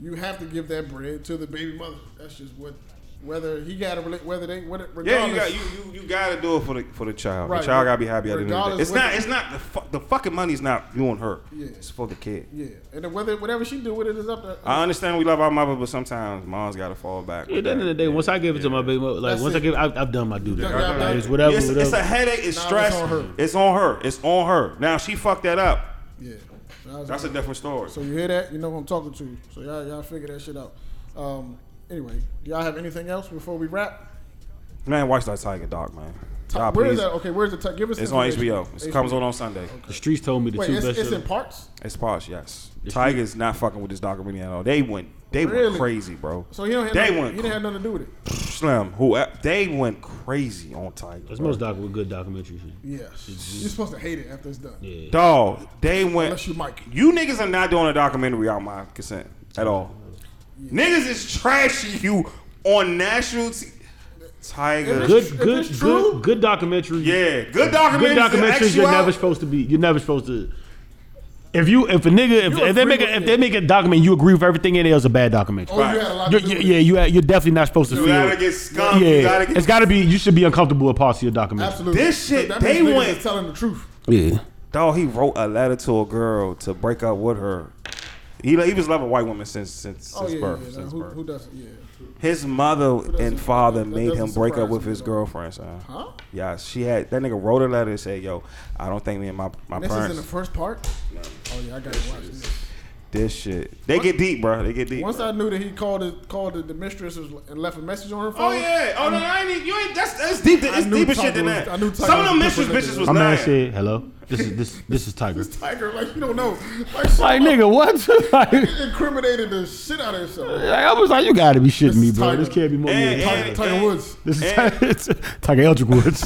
You have to give that bread to the baby mother. That's just what whether he got a rela- whether they whether Yeah, you regardless. got you, you you gotta do it for the for the child. Right. The child gotta be happy at the end of the day. Regardless It's not what- it's not the fu- the fucking money's not you and her. Yeah. It's for the kid. yeah, and then whether whatever she do with it is up to. uh, I understand we love our mother, but sometimes mom's gotta fall back. At the end of the day, once I give it to my baby mother, like, That's once I it. give I've, I've done my duty. Yeah, Right? yeah, Like, yeah. it's whatever, it's, whatever. it's a headache. It's Nah, it's stress. on her. It's on her. It's on her. Now she fucked that up. yeah, That's a different story. So you hear that? You know who I'm talking to. So y'all, y'all figure that shit out. Um, anyway, do y'all have anything else before we wrap? Man, watch that Tiger Doc, man. God, where is please. that? Okay, where's the t- give us? It's on information. HBO. It comes on on Sunday. the streets told me the Wait, two it's, best it's shit- in parts. It's posh, yes. Tiger's not fucking with this documentary at all. They went, they Really? went crazy, bro. So he don't have They nothing, went he didn't have nothing to do with it. Slim, who they went crazy on Tiger. It's bro. most doc with good documentary shit. Yeah, you're supposed to hate it after it's done. Dog, they went. Unless you Mike. You niggas are not doing a documentary out my consent at all. Niggas is trashing you on national. T- Tiger. Good- Good, If good, it's true- good, good documentary. Yeah, good Good documentaries. documentaries Actual- you're never supposed to be. You're never supposed to. If you if a nigga if, You if they agree make a, with if it. they make a document you agree with everything in it, it's a bad document. Oh, you had a lot to You're- do with yeah, you had- you're definitely not supposed to You feel. gotta get skunked. Yeah, You gotta get- it's got to be. You should be uncomfortable with parts of your document. Absolutely. This shit, That they means niggas went- is telling the truth. Yeah, Dog, he wrote a letter to a girl to break up with her. He he was loving white women since since, Oh since yeah, yeah, birth. yeah. Since Who, birth. who doesn't? Yeah. His mother doesn't- and father that made him doesn't break up surprise with me, his though. girlfriend. Son. Huh? Yeah, she had that nigga wrote a letter and said, "Yo, I don't think me and my my This is in parents the first part. Oh yeah, I gotta watch this. this shit. They get deep, bro. They get deep." Once bro. I knew that he called it, called it the mistress and left a message on her phone. Oh yeah! Oh no! I ain't. You ain't. That's that's deep. I It's knew deeper shit Tiger than was- that. I knew Tiger Some of them was mistress different than bitches that. was my man lying. *laughs* said hello. This is this this is Tiger. Tiger, like you don't know. Like, *laughs* Like nigga, what? like, she *laughs* incriminated the shit out of herself. Like, I was like, you gotta be shitting me, is bro. Tiger. This can't be more. And- than Tiger, and- Tiger. Tiger Woods. This is it's Tiger *laughs* Eldrick Woods.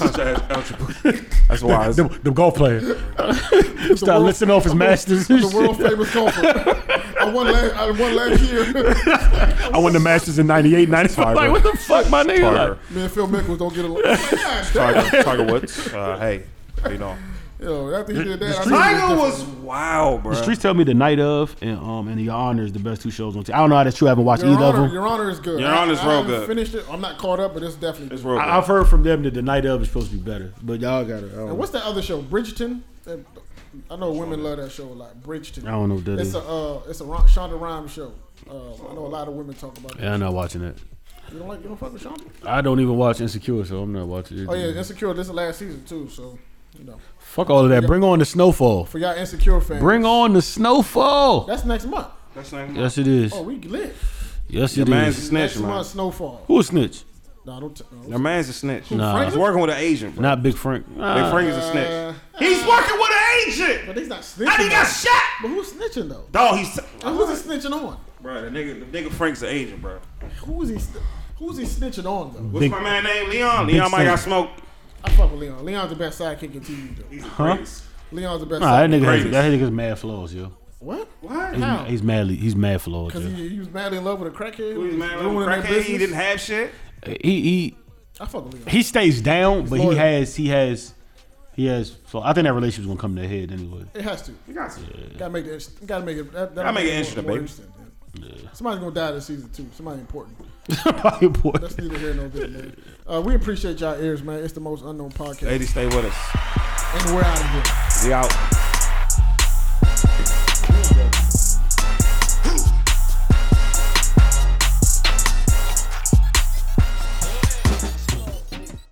That's why. the, the golf player. Start world- listing off his masters. and The shit. world famous golfer. *laughs* I won last. I won last year. *laughs* I won the masters in 98, 95. Like, what the fuck, my nigga? Like, Me and Phil Mickles don't get along. God damn. Tiger, Tiger Woods. Uh, hey, you know. Yo, after he did that, I knew it Tiger was was wow, bro. Streets tell me the night of and um and the honor is the best two shows on. T- I don't know how that's true. I haven't watched Your either Honor, of them. Your Honor is good. Your Honor's I, real I haven't good. Finished it. I'm not caught up, but it's definitely. It's Good. real I, I've heard from them that the night of is supposed to be better, but y'all gotta. I And don't, know. what's that other show? Bridgeton. That- I know women love that show a lot. Bridgeton. I don't know what that It's is. a uh, it's a Ron- Shonda Rhimes show. Uh, I know a lot of women talk about it. Yeah, I'm not watching it. You don't like you don't fuck with Shonda? I don't even watch Insecure, so I'm not watching it. Oh yeah, Insecure. This is last season too, so you know Fuck all of that. Bring on the snowfall. for y'all Insecure fans, Bring on the snowfall. That's next month. Yes, it is. Oh, we lit. Yes, it man's a is. Next snitch, man. month, Snowfall. Who a snitch? Nah, don't. T- uh, Your man's a snitch. Nah. He's working with an agent, bro. Not Big Frank. Big Ah. Frank is a Uh, snitch. He's working with an agent. but he's not snitching. And he got though. shot. But who's snitching though? Dog, he's. And who's he snitching on? Bro, the nigga, the nigga Frank's an agent, bro. Who's he? St- who's he snitching on though? What's my man name? Leon. Big Leon might got Sam. smoked. I fuck with Leon. Leon's the best sidekick in TV though. He's the Huh? greatest. Leon's the best. Nah, that sidekick. nigga, has, Greatest. that nigga's mad flaws, yo. What? What? He's, How? he's madly, he's mad flawed, Because yo. he, he was madly in love with a crackhead. He was mad ruining with their crackhead. He business. didn't have shit. He he I fuck with Leon. he stays down, but he loyal. has he has he has. So I think that relationship's gonna come to a head anyway. *laughs* It has to. He got some. Gotta make it. Gotta make it. That, Gotta that'll make it more- interesting, more baby. interesting, yeah. Somebody's gonna die this season too. Somebody important. Probably That's important. neither here nor there, man. Uh, we appreciate y'all ears, man. It's the most unknown podcast, 80, stay with us. and we're out of here. We out.